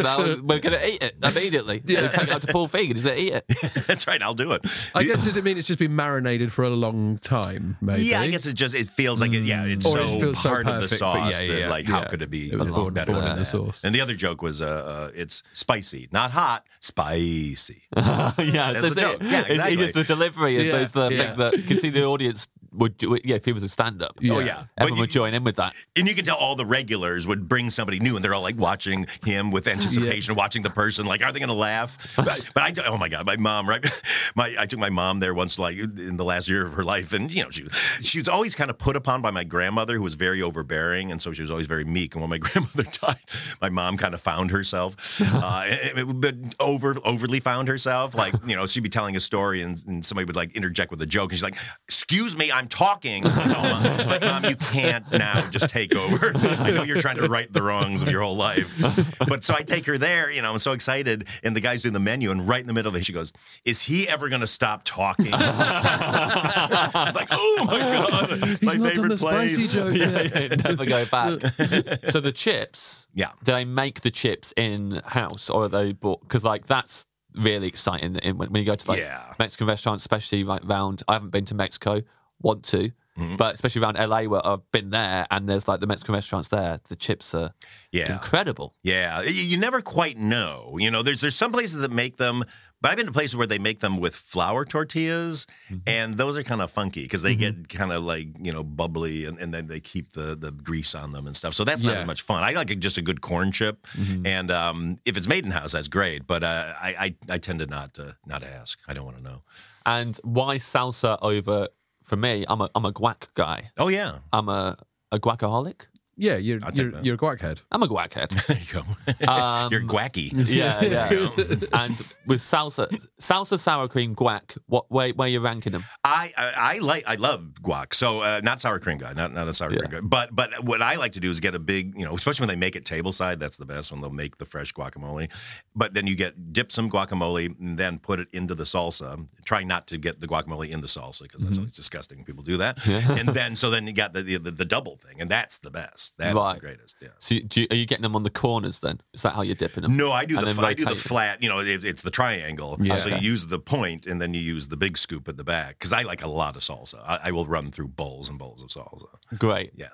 B: now we're going to eat it immediately. Yeah. Take it up to Paul Feig and just let it eat it.
C: That's right. I'll do it.
A: I guess does it mean it's just been marinated for a long time? Maybe. Mm.
C: Yeah, I guess it just it feels like it. Yeah, it's
A: Or
C: so
A: it feels so
C: part of the
A: perfect, but
C: sauce.
A: yeah,
C: that,
A: yeah,
C: like, how
A: yeah.
C: could it be
A: It was born-
C: better
A: born
C: than
A: in the
C: that?
A: sauce.
C: And the other joke was, uh, uh, it's spicy, not hot, spicy.
B: yeah,
C: That's the joke. Yeah,
B: It's,
C: exactly.
B: it's the delivery. It's,
A: Yeah,
B: it's the
A: yeah.
B: thing that you can see the audience would. do- Yeah, if he was a stand-up.
A: Yeah. Oh,
C: yeah. But
B: everyone
C: you-
B: would join in with that.
C: and you can tell all the regulars would bring somebody new, and they're all like watching him with anticipation, watching the person. Like, are they going to laugh? But, but I, do- oh my god, my mom, right? My, I took my mom there once, like in the last year of her life, and you know, she she was always kind of put upon by my grandmother, who was very overbearing, and so she was always very meek. And when my grandmother died, my mom kind of found herself, uh, it- it- but over overly found herself. Like, you know, she'd be telling a story, and, and somebody would like interject with a joke, and she's like, "Excuse me, I'm." I'm talking. It's like, "Mom," it's like, Mom, you can't now just take over. I know you're trying to right the wrongs of your whole life. But so I take her there, you know, I'm so excited. And the guy's doing the menu, and right in the middle of it, she goes, Is he ever going to stop talking? I was like, Oh my God.
A: He's
C: my
A: not
C: favorite
A: done the
C: place.
A: spicy joke
B: yeah,
A: yet.
B: yeah, never go back. so the chips,
C: Yeah.
B: do they make the chips in house or are they bought? Because like that's really exciting in, when when you go to like
C: Yeah.
B: Mexican restaurants, especially like round. I haven't been to Mexico, want to,
C: Mm-hmm.
B: but especially around LA where I've been there and there's like the Mexican restaurants there. The chips are
C: Yeah.
B: incredible.
C: Yeah, y- you never quite know. You know, there's there's some places that make them, but I've been to places where they make them with flour tortillas,
B: Mm-hmm.
C: and those are kind of funky because they get kind of like you know bubbly, and, and then they keep the the grease on them and stuff. So that's not
A: Yeah.
C: as much fun. I like a, just a good corn chip,
B: Mm-hmm.
C: and um, if it's made in house, that's great. But uh, I, I I tend to not uh, not ask. I don't want to know.
B: And why salsa over? For me, I'm a I'm a guac guy.
C: Oh yeah,
B: I'm a a guacaholic.
A: Yeah, you're
C: I'll take
A: you're,
C: that.
A: you're a guack head.
B: I'm a guac head.
C: there you go.
B: Um,
C: You're quacky.
B: Yeah, yeah. and with salsa, salsa, sour cream, guac. What where where you ranking them?
C: I, I I like I love guac. So uh, not sour cream guy, not not a sour cream guy. But but what I like to do is get a big, you know, especially when they make it tableside. That's the best when they'll make the fresh guacamole. But then you get dip some guacamole and then put it into the salsa. Try not to get the guacamole in the salsa because that's always disgusting. when People do that. And then so then you got the the, the double thing, and that's the best. That's
B: Right.
C: the greatest. Yeah.
B: So you, do you, are you getting them on the corners then? Is that how you're dipping them?
C: No, I do
B: And
C: the
B: then
C: fl- I do the
B: rotate it.
C: flat. You know, it's, it's the triangle.
A: Yeah.
C: So you
B: Okay.
C: use the point, and then you use the big scoop at the back. Because I like a lot of salsa. I, I will run through bowls and bowls of salsa.
B: Great.
C: Yeah,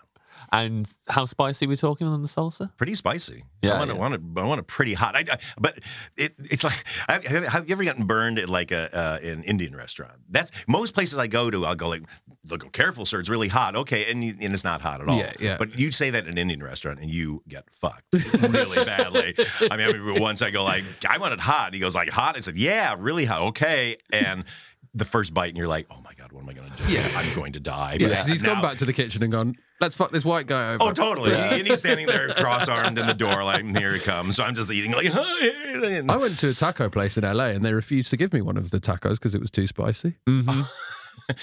B: And how spicy we talking on the salsa?
C: pretty spicy.
B: Yeah,
C: I want it.
B: yeah.
C: Want it I want it pretty hot. I, I, but it, it's like have, have- have you ever gotten burned at like a uh, an Indian restaurant? That's most places I go to. I'll go like, look, oh, careful, sir. It's really hot. Okay, and you- and it's not hot at all.
A: Yeah, yeah.
C: But you say that in an Indian restaurant, and you get fucked really badly. I mean, I remember once I go like, I want it hot. He goes like, hot. I said, yeah, really hot. Okay, and. The first bite, and you're like, "Oh my god, what am I going to do? Yeah. I'm going to die."
A: Yeah,
C: But
A: 'cause he's
C: now-
A: gone back to the kitchen and gone. Let's fuck this white guy over.
C: Oh, totally. And he's standing there cross-armed in the door, like, here he comes. So I'm just eating, like,
A: I went to a taco place in LA and they refused to give me one of the tacos because it was too spicy.
B: I,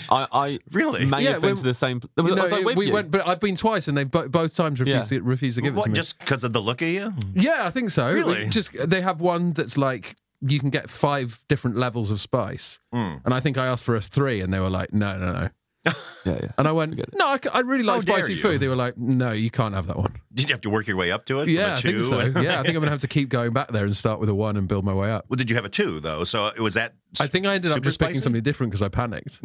B: I
C: Really?
B: may
A: Mm-hmm. Yeah,
B: have been
A: when-
B: to the same. pl- Was,
A: You know,
B: was I
A: it-
B: with
A: we
B: you?
A: went, but I've been twice and they bo- both times refused
B: Yeah.
A: to, refused to give it to
C: What,
A: me.
C: just because of the look of you?
A: yeah, I think so.
C: Really?
A: Just they have one that's like you can get five different levels of spice,
C: Mm.
A: and I think I asked for a three, and they were like, "No, no, no."
B: Yeah, yeah.
A: And I went, "No, I, c- I really like
C: How dare
A: spicy
C: you."
A: food." They were like, "No, you can't have that one."
C: Did you have to work your way up to it? from a
A: Yeah, I think
C: two?
A: so. Yeah, I think I'm gonna have to keep going back there and start with a one and build my way up.
C: Well, did you have a two, though? So uh, was that
A: I think I ended up
C: super
A: just picking
C: spicy?
A: something different because I panicked.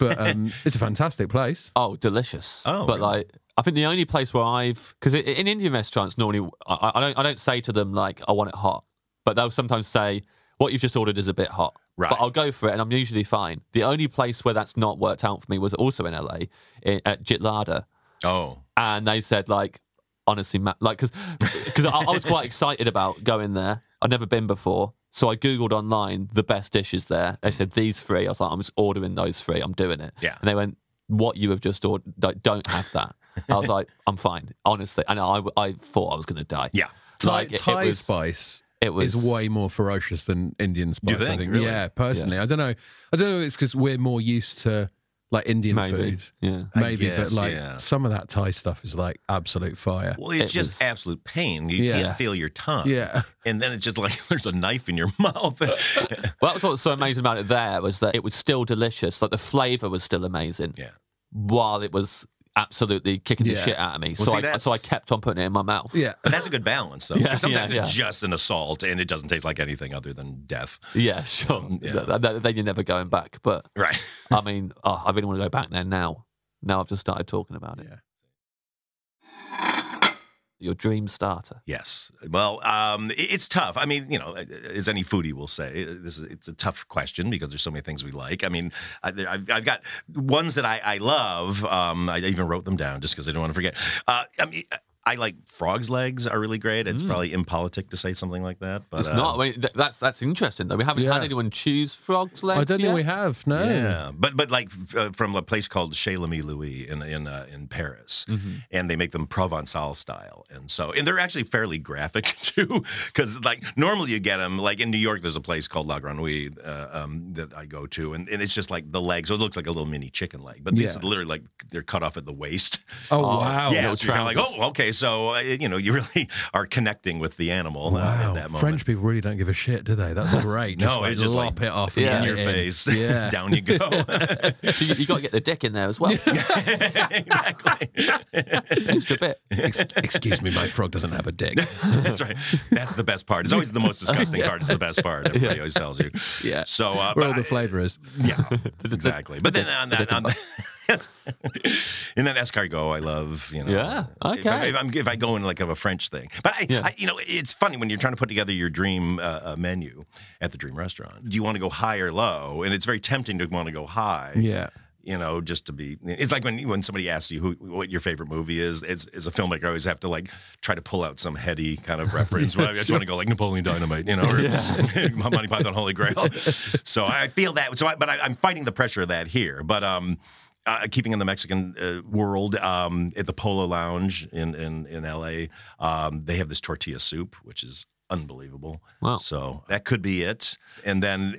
A: But um, it's a fantastic place.
B: Oh, delicious.
C: Oh,
B: but
C: really?
B: like, I think the only place where I've because in Indian restaurants normally I, I don't I don't say to them like I want it hot, but they'll sometimes say what you've just ordered is a bit hot.
C: Right.
B: But I'll go for it, and I'm usually fine. The only place where that's not worked out for me was also in LA in, at Jitlada,
C: Oh.
B: and they said like honestly, ma like because I, I was quite excited about going there. I'd never been before. So I googled online the best dishes there. They said these three. I was like, I'm just ordering those three. I'm doing it.
C: Yeah.
B: And they went, "What you have just ordered? Like, don't have that." I was like, "I'm fine, honestly." And I, I thought I was gonna die.
C: Yeah.
A: Thai,
B: Like, it- it
A: Thai
B: was-
A: spice
B: It was
A: is way more ferocious than Indian spice.
C: you
A: I
C: think?
A: think.
C: Really?
A: Yeah, personally, I don't know. I don't know. if It's because we're more used to like Indian
B: maybe.
A: food,
B: Yeah.
C: I
A: maybe, but
C: guess,
A: like
C: yeah.
A: some of that Thai stuff is like absolute fire.
C: Well, it's
B: It
C: just
B: was-
C: absolute pain. You
A: Yeah.
C: can't feel your tongue.
A: Yeah,
C: And then it's just like there's a knife in your mouth.
B: Well, that's what's so amazing about it. There was that it was still delicious. Like the flavor was still amazing.
C: Yeah.
B: While it was absolutely kicking the
A: Yeah.
B: shit out of me,
C: Well,
B: so
C: see,
B: I so I
C: that's-
B: kept on putting it in my mouth.
A: yeah.
C: That's a good balance, though.
B: Yeah,
C: 'cause sometimes
B: yeah,
C: it's
B: yeah.
C: just an assault and it doesn't taste like anything other than death.
B: Yeah, sure.
C: Mm, yeah.
B: Th- th- then you're never going back. But
C: Right.
B: I mean, oh, I really want to go back there now. Now I've just started talking about it.
A: Yeah.
B: Your dream starter.
C: Yes. Well, um, it- it's tough. I mean, you know, as any foodie will say, uh, this is, it's a tough question because there's so many things we like. I mean, I, I've, I've got ones that I, I love. Um, I even wrote them down just because I don't want to forget. Uh, I mean, I like frogs' legs are really great. It's probably impolitic to say something like that, but
B: Mm. it's
C: uh,
B: not. I mean, th- that's that's interesting though. We haven't
A: Yeah.
B: had anyone choose frogs legs.
A: I don't think
B: yet.
A: we have. No.
C: Yeah, but but like f- uh, from a place called Chez Lamy Louis in in uh, in Paris, and they make them Provençal style, and so and they're actually fairly graphic too, because like normally you get them like in New York, there's a place called La Grenouille uh, um, that I go to, and, and it's just like the legs, so it looks like a little mini chicken leg, but these
A: Yeah.
C: are literally like they're cut off at the waist.
A: Oh,
B: Oh,
A: wow.
C: yeah,
B: little
C: so you're kind of like
B: trousers.
C: oh okay, so uh, you know you really are connecting with the animal uh,
A: Wow.
C: at that moment.
A: French people really don't give a shit, do they? That's great.
C: No,
A: just like,
C: it's just
A: lop
C: like,
A: it off and
B: Yeah.
C: in
A: get
C: your
A: it
C: face,
A: Yeah.
C: down you go.
B: So you, you got to get the dick in there as well. Extra bit.
A: Ex- excuse me, my frog doesn't have a dick.
C: That's right. That's the best part. It's always the most disgusting part. It's the best part. Everybody always tells you.
B: Yeah.
C: So, uh,
A: Where all
C: but
A: the
C: I-
A: flavour is.
C: yeah, exactly. But then on that,
B: the
C: on that, and then escargot, I love. You know.
B: Yeah,
C: If, I,
B: okay.
C: if, I'm, if I go in like of a French thing, but I,
B: Yeah.
C: I, you know, it's funny when you're trying to put together your dream uh, uh, menu at the dream restaurant. Do you want to go high or low? And it's very tempting to want to go high
A: Yeah.
C: you know, just to be. It's like when when somebody asks you who what your favorite movie is. As, as a filmmaker, I always have to like try to pull out some heady kind of reference. Well, I just want to go like Napoleon Dynamite, you know, or Monty Python Holy Grail. so I feel that. So, I, but I, I'm fighting the pressure of that here. But um. Uh, keeping in the Mexican uh, world, um, at the Polo Lounge in in in LA, um, they have this tortilla soup, which is unbelievable.
B: Wow.
C: So that could be it. And then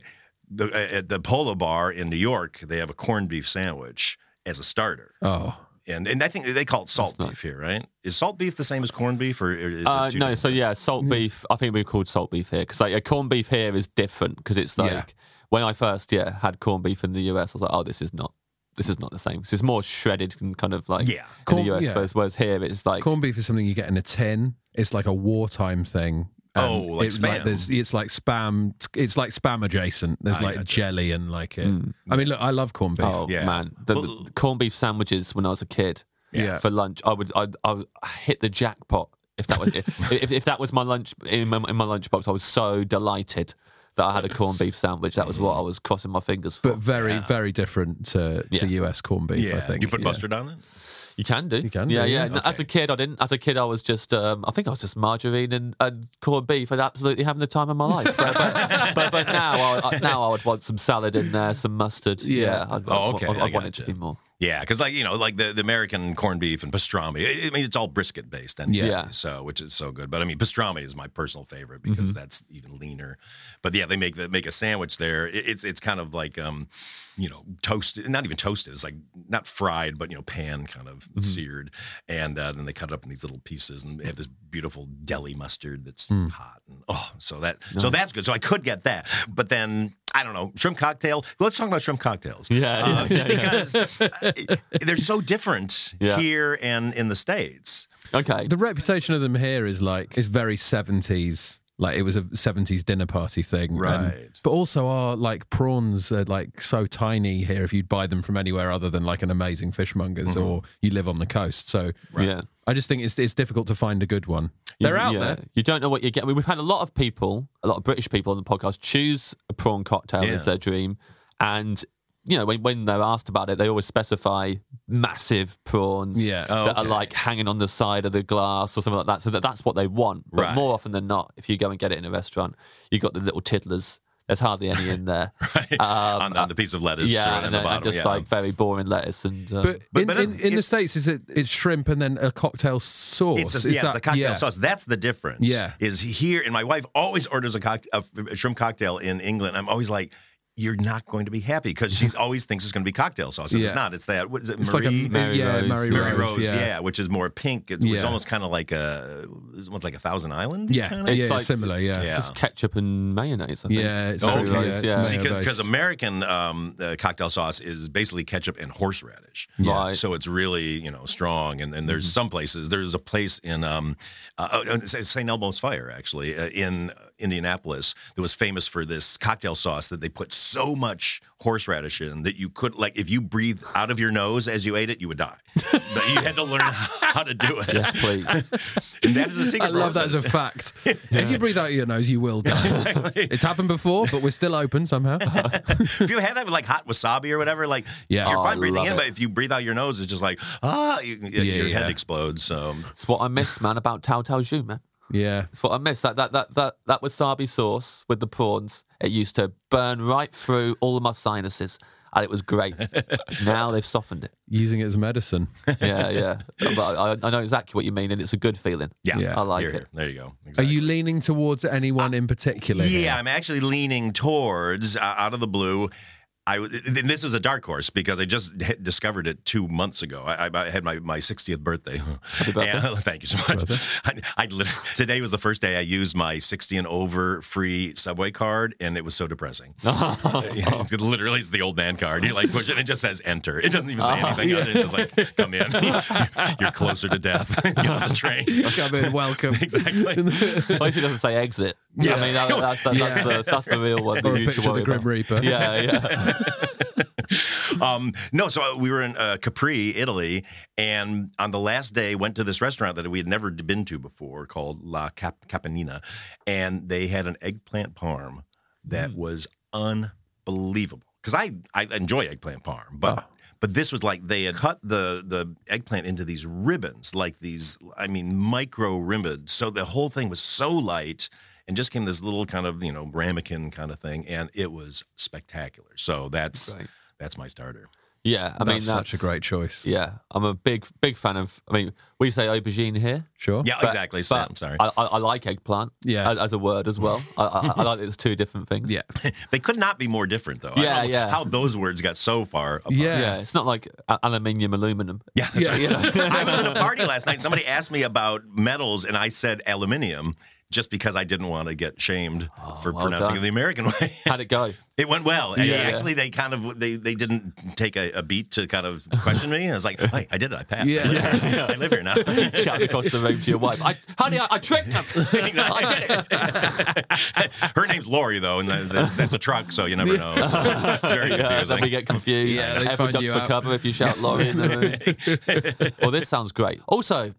C: the, uh, at the Polo Bar in New York, they have a corned beef sandwich as a starter.
A: Oh.
C: And and I think they call it salt beef here, right? Is salt beef the same as corned beef, or is it
B: Uh,
C: two
B: no,
C: different
B: so
C: things?
B: yeah,
A: Hmm.
B: salt beef. I think we called salt beef here because like a corned beef here is different because it's like
A: Yeah.
B: when I first yeah had corned beef in the US, I was like, oh, this is not this is not the same. 'Cause It's more shredded and kind of like
C: Yeah.
B: in
A: Corn-
B: the US,
A: yeah.
B: whereas, whereas here it's like
A: Corned beef is something you get in a tin. It's like a wartime thing. and
C: Oh, like
A: it's
C: Spam.
A: there's- it's like spam. It's like spam adjacent. There's
C: I
A: like
C: gotcha. Hmm.
A: jelly and like it. I mean, look, I love corned beef.
B: oh
C: Yeah.
B: man, the,
C: Well-
B: the corned beef sandwiches when I was a kid
A: Yeah.
B: for lunch, I would I I would hit the jackpot if that was if, if, if that was my lunch in my, in my lunchbox. I was so delighted that I had a corned beef sandwich. That was what I
C: Mm.
B: was crossing my fingers for.
A: but very, very different to, to US corned beef. I
C: yeah.
A: think
C: you put
A: Yeah.
C: mustard on it.
B: You can do. You
A: can
B: Yeah,
A: do,
B: yeah.
A: yeah.
B: No, As a kid, I didn't. As a kid, I was just. Um, I think I was just margarine and, and corned beef, and absolutely having the time of my life. but, but, but, but now, I, I- now I would want some salad in there, some mustard. Yeah. I'd,
C: Oh, okay,
B: I,
C: I
B: want it to
C: gotcha.
B: be more.
C: Yeah, because like you know, like the, the American corned beef and pastrami. I I mean, it's all brisket based, and
A: Yeah.
B: Yeah.
C: so which is so good. But I mean, pastrami is my personal favorite because that's even leaner. But yeah, they make the, make a sandwich there. It, it's it's kind of like um, you know, toasted, not even toasted. It's like not fried, but you know, pan kind of seared, and uh, then they cut it up in these little pieces, and they have this beautiful deli mustard that's hot. And, oh, so that so that's good. So I could get that, but then. I don't know shrimp cocktail. Let's talk about shrimp cocktails.
B: Yeah, yeah,
C: Uh,
B: yeah, yeah.
C: because uh, they're so different
B: Yeah.
C: here and in the states.
B: Okay.
A: the reputation of them here is like it's very 70s like it was a 70s dinner party thing and-
C: Right.
A: but also our like prawns are like so tiny here if you'd buy them from anywhere other than like an amazing fishmonger's
C: Mm-hmm.
A: or you live on the coast so
B: Yeah.
A: i just think it's it's difficult to find a good one
B: You-
A: they're out
B: yeah.
C: Um,
A: there
B: You don't know what you get. I mean, we've had a lot of people, a lot of British people on the podcast, choose a prawn cocktail
C: Yeah.
B: as their dream, and you know when, when they're asked about it, they always specify massive prawns
A: Yeah.
C: Oh,
B: that are
C: okay.
B: like hanging on the side of the glass or something like that. So that that's what they want. But
C: Right.
B: more often than not, if you go and get it in a restaurant, you got the little tiddlers. There's hardly any in there.
C: on, the, on the piece of lettuce,
B: yeah, and,
C: or on
B: then-
C: the
B: and
C: bottom.
B: just
C: Uh, yeah.
B: like very boring lettuce and. Uh,
A: but,
C: But-
A: in,
C: but
A: in,
C: it-
A: in the
C: it's-
A: states is it it's shrimp and then a cocktail sauce
C: it's just,
A: Is
C: yeah, it's
A: that-
C: a cocktail
A: yeah.
C: sauce. That's the difference.
A: Yeah.
C: is here, and my wife always orders a, cock- a f- a shrimp cocktail in England. I'm always like. You're not going to be happy because she always thinks it's going to be cocktail sauce. And It's
A: Yeah.
C: not. It's that. What is it?
A: it's
C: Marie?
A: like a
B: Mary
A: yeah
B: Rose.
A: Mary,
C: Mary
A: Rose,
C: Rose, yeah.
A: yeah
C: which is more pink. It's,
A: Yeah.
C: it's almost kind of like a, it's almost like a Thousand Island.
A: yeah
C: kinda?
A: yeah,
B: It's
A: it's
B: like-
A: similar yeah
C: Yeah.
B: It's ketchup and mayonnaise. I think.
A: Yeah, it's
C: Oh,
A: very
C: okay.
A: nice,
B: Yeah.
A: yeah.
B: See,
C: because
A: mayo-based.
C: American um, uh, cocktail sauce is basically ketchup and horseradish.
B: Right.
C: So it's really you know strong, and, and
A: Mm-hmm.
C: oh, there's some places. There's a place in um, uh, uh, Saint Elmo's Fire actually uh, in Indianapolis that was famous for this cocktail sauce that they put so much horseradish in that you could like if you breathed out of your nose as you ate it, you would die. but you had to learn how to do it.
B: Yes, please.
C: And that is the secret.
A: I love that as a fact. If you breathe out your nose, you will die. it's happened before, but we're still open somehow.
C: if you had that with like hot wasabi or whatever, like
A: Yeah.
C: you're
A: Oh,
C: fine
B: I
C: breathing
B: love
C: in,
B: it.
C: but if you breathe out your nose, it's just like ah, you, your
A: yeah.
C: head explodes. So
B: It's what I miss, man, about Tao Tao Zhu, man.
A: yeah.
B: It's what I miss. That that that that that wasabi sauce with the prawns. It used to burn right through all of my sinuses, and it was great. now they've softened it.
A: Using it as medicine.
B: Yeah, yeah. But I, I know exactly what you mean, and it's a good feeling.
C: yeah,
A: Yeah.
B: I like
C: Here,
B: it.
C: There you go.
A: Are
C: Exactly.
A: you leaning towards anyone in particular? here?
C: Yeah, I'm actually leaning towards uh, out of the blue. I w- and this is a dark horse because I just h- discovered it two months ago. I, I- I had my, my 60th birthday.
B: birthday.
C: And- thank you so much. I, I lit- today was the first day I used my 60 and over free subway card, and it was so depressing. Yeah, it's literally, it's the old man card. You like push it, and it just says enter. It doesn't even say anything. other than It's just like come in. You're closer to death. Get on the train.
A: Come in, welcome.
C: Exactly.
B: Well, she doesn't say exit. Yeah. I mean, that, that's, that's, that's, the, that's the real one. that
A: Or a
B: you should
A: picture of the
B: worry
A: Grim
B: about.
A: Reaper.
B: Yeah, yeah.
C: um, no, so we were in uh, Capri, Italy, and on the last day went to this restaurant that we had never been to before called La Cap- Capanina, and they had an eggplant parm that was unbelievable. Because I I enjoy eggplant parm, but. But this was like they had cut the the eggplant into these ribbons, like these, I mean, micro ribbons. So the whole thing was so light, and just came this little kind of you know ramekin kind of thing, and it was spectacular. So that's
B: Right.
C: that's my starter.
B: Yeah, I
A: That's
B: mean, that's
A: such a great choice.
B: Yeah, I'm a big, big fan of. I mean, we say aubergine here.
A: Sure.
C: Yeah,
B: but-
C: exactly. So,
B: but
C: I'm sorry.
B: I, I, I like eggplant.
A: Yeah.
B: as, as a word as well. I, I, I like that it's two different things.
A: Yeah.
C: they could not be more different, though. I
B: Yeah,
C: don't know
B: yeah.
C: How those words got so far apart.
A: Yeah.
B: yeah. It's not like a- aluminium, aluminum.
C: Yeah, that's right.
B: Yeah.
C: I was at a party last night. Somebody asked me about metals, and I said aluminium just because I didn't want to get shamed for
B: Oh, well
C: pronouncing
B: done.
C: it the American way.
B: How'd it go?
C: It went well.
B: Yeah.
C: Actually, they kind of they, they didn't take a, a beat to kind of question me. I was like, hey, I did it. I passed.
A: Yeah.
C: I, live Here. I live here now.
B: Shouting across the room to your wife. I, honey, I, I tricked him. I did it.
C: Her name's Lori, though, and that, that, that's a truck, so you never know. So it's very
B: Yeah, then
C: confusing.
B: we get confused.
A: Yeah,
B: Yeah,
A: they
B: Everyone
A: find
B: ducks
A: you
B: for
A: out.
B: cover if you shout Laurie in the room. well, this sounds great. Also,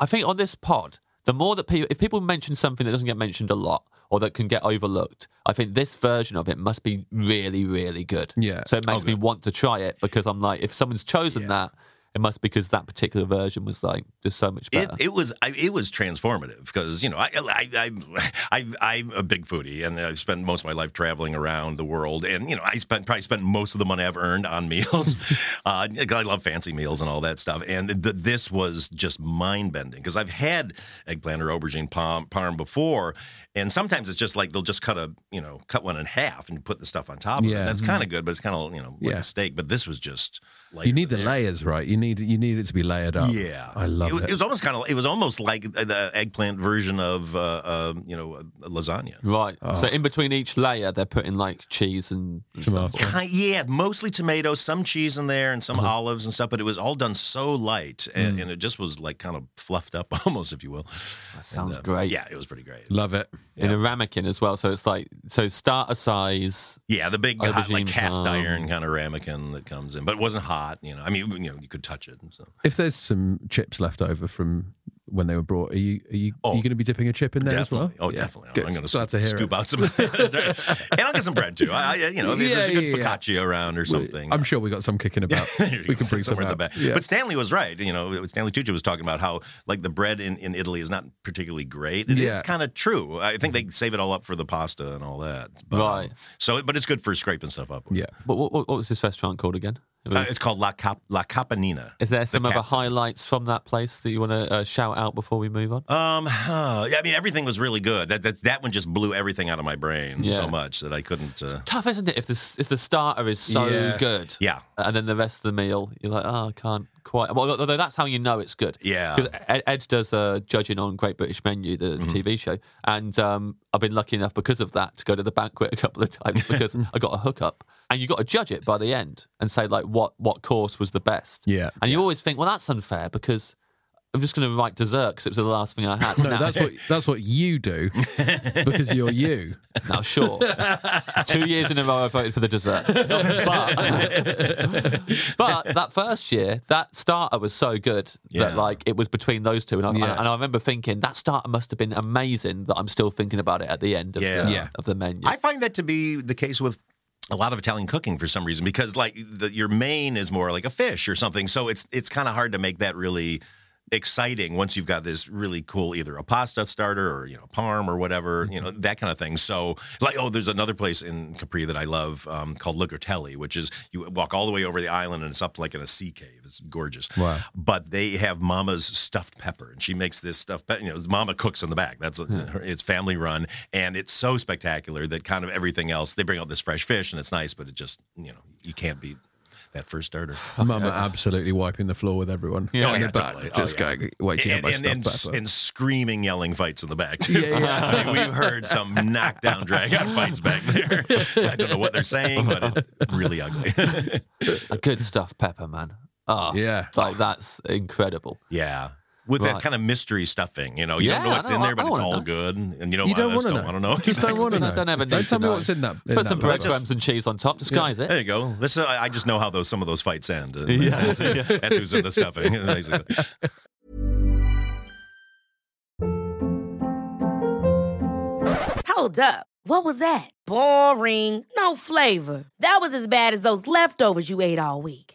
B: I think on this pod, the more that people, if people mention something that doesn't get mentioned a lot or that can get overlooked, I think this version of it must be really, really good.
A: Yeah.
B: So it makes me want to try it because I'm like, if someone's chosen that, it must be because that particular version was like just so much
C: It,
B: better.
C: it was I, it was transformative because you know I I, I I I'm a big foodie and I've spent most of my life traveling around the world and you know I spent probably spent most of the money I've earned on meals uh, 'cause I love fancy meals and all that stuff and th- this was just mind bending because I've had eggplant or aubergine palm, parm before and sometimes it's just like they'll just cut a you know cut one in half and put the stuff on top of
A: Yeah. mm-hmm.
C: it that's kind of good but it's kind of you know like
A: Yeah.
C: a steak but this was just like
A: You need the layers, right? You need you need it to be layered up.
C: yeah,
A: I love
C: was-
A: it.
C: It was almost kind of it was almost like the eggplant version of uh, uh, you know uh, lasagna.
B: right. So in between each layer, they're putting like cheese and, and stuff.
A: Tomato.
C: Ki- yeah, mostly tomatoes, some cheese in there, and some
A: Uh-huh.
C: olives and stuff. But it was all done so light, and,
A: Mm.
C: and it just was like kind of fluffed up, almost, if you will. uh,
B: That sounds great.
C: um, Yeah, it was pretty great.
A: Love it.
B: In a ramekin as well. So it's like, so starter size.
C: Yeah, the big hot, like
B: Aubergine
C: cast
B: palm.
C: iron kind of ramekin that comes in, but it wasn't hot. You know, I mean, you know, you could touch it. So
A: If there's some chips left over from when they were brought, are you are you, are
C: Oh.
A: you going to be dipping a chip in there
C: definitely,
A: as well?
C: oh,
A: Yeah.
C: definitely. I'm-
A: Good.
C: I'm going
A: Glad to
C: to
A: hear
C: scoop
A: it.
C: out some, and I'll get some bread too. I, I- you know, if there's a
A: Yeah,
C: good
A: yeah, yeah.
C: focaccia around or something.
A: I'm sure we got some kicking about.
C: There you
A: we
C: go,
A: can bring some
C: somewhere in the
A: out.
C: back.
A: Yeah.
C: But Stanley was right. You know, Stanley Tucci was talking about how like the bread in, in Italy is not particularly great. and
A: Yeah.
C: It's kind of true. I think they save it all up for the pasta and all that. But,
B: Right.
C: So, but it's good for scraping stuff up. with.
A: yeah.
B: What, what, what was this restaurant called again? It
C: Uh,
B: was-
C: it's called La Cap La Capanina.
B: is there some other
C: captain.
B: highlights from that place that you want to uh, shout out before we move on?
C: Um, huh, yeah, I mean, everything was really good. That that, that one just blew everything out of my brain
B: Yeah.
C: so much that I couldn't. Uh,
B: Tough, isn't it? If the if the starter is so
A: Yeah.
B: good,
C: yeah,
B: and then the rest of the meal, you're like, oh, I can't quite. Well, although that's how you know it's good.
C: Yeah.
B: because Ed, Ed does uh, judging on Great British Menu, the TV show, and um, I've been lucky enough because of that to go to the banquet a couple of times because I got a hookup, and you got to judge it by the end and say like what what course was the best.
A: Yeah.
B: and you always think, well, that's unfair because I'm just going to write dessert because it was the last thing I had.
D: No, that's what that's what you do because you're you.
B: Now, sure. Two years in a row, I voted for the dessert. But, but that first year, that starter was so good
C: Yeah.
B: that like it was between those two, and I,
D: Yeah.
B: and I remember thinking that starter must have been amazing. That I'm still thinking about it at the end of,
C: Yeah.
B: The,
D: Yeah.
B: of the menu.
C: I find that to be the case with a lot of Italian cooking for some reason because like the, your main is more like a fish or something, so it's it's kind of hard to make that really exciting once you've got this really cool either a pasta starter or you know parm or whatever you know that kind of thing so like oh there's another place in capri that i love um, called lugatelli which is you walk all the way over the island and it's up like in a sea cave it's gorgeous
D: Wow.
C: but they have mama's stuffed pepper and she makes this stuffed pepper you know mama cooks in the back that's her it's family run and it's so spectacular that kind of everything else they bring out this fresh fish and it's nice but it just you know you can't beat that first starter
D: Mama absolutely wiping the floor with everyone. in
B: Yeah. Oh,
D: the
C: Oh, yeah,
D: back,
C: totally. Oh,
D: just
C: yeah.
D: going waiting
C: and,
D: on my
C: and, and,
D: stuff.
C: and screaming, yelling fights in the back. Too.
D: Yeah, yeah.
C: I mean, we've heard some knockdown, drag out fights back there. I don't know what they're saying, but it's really ugly.
B: a good stuff, pepper man. Oh,
D: Yeah.
B: like that's incredible.
C: yeah. With that
B: Right.
C: kind of mystery stuffing, you know, you
B: Yeah,
C: don't know what's
B: I
C: in
B: know,
C: there, but
B: I
C: it's
B: wanna
C: all
B: know.
C: good, and you don't.
D: You don't want
C: want to
D: to know.
C: I don't know.
D: Just don't want to
B: I
D: know.
B: don't ever need
D: Don't
B: to
D: tell me
B: know.
D: what's in that. in
B: Put some
D: that bag.
B: breadcrumbs and cheese on top. Disguise
C: There
B: it.
C: you go. This, uh, I just know how those some of those fights end. and That's, that's who's in the stuffing. basically.
E: Hold up. What was that? Boring. No flavor. That was as bad as those leftovers you ate all week.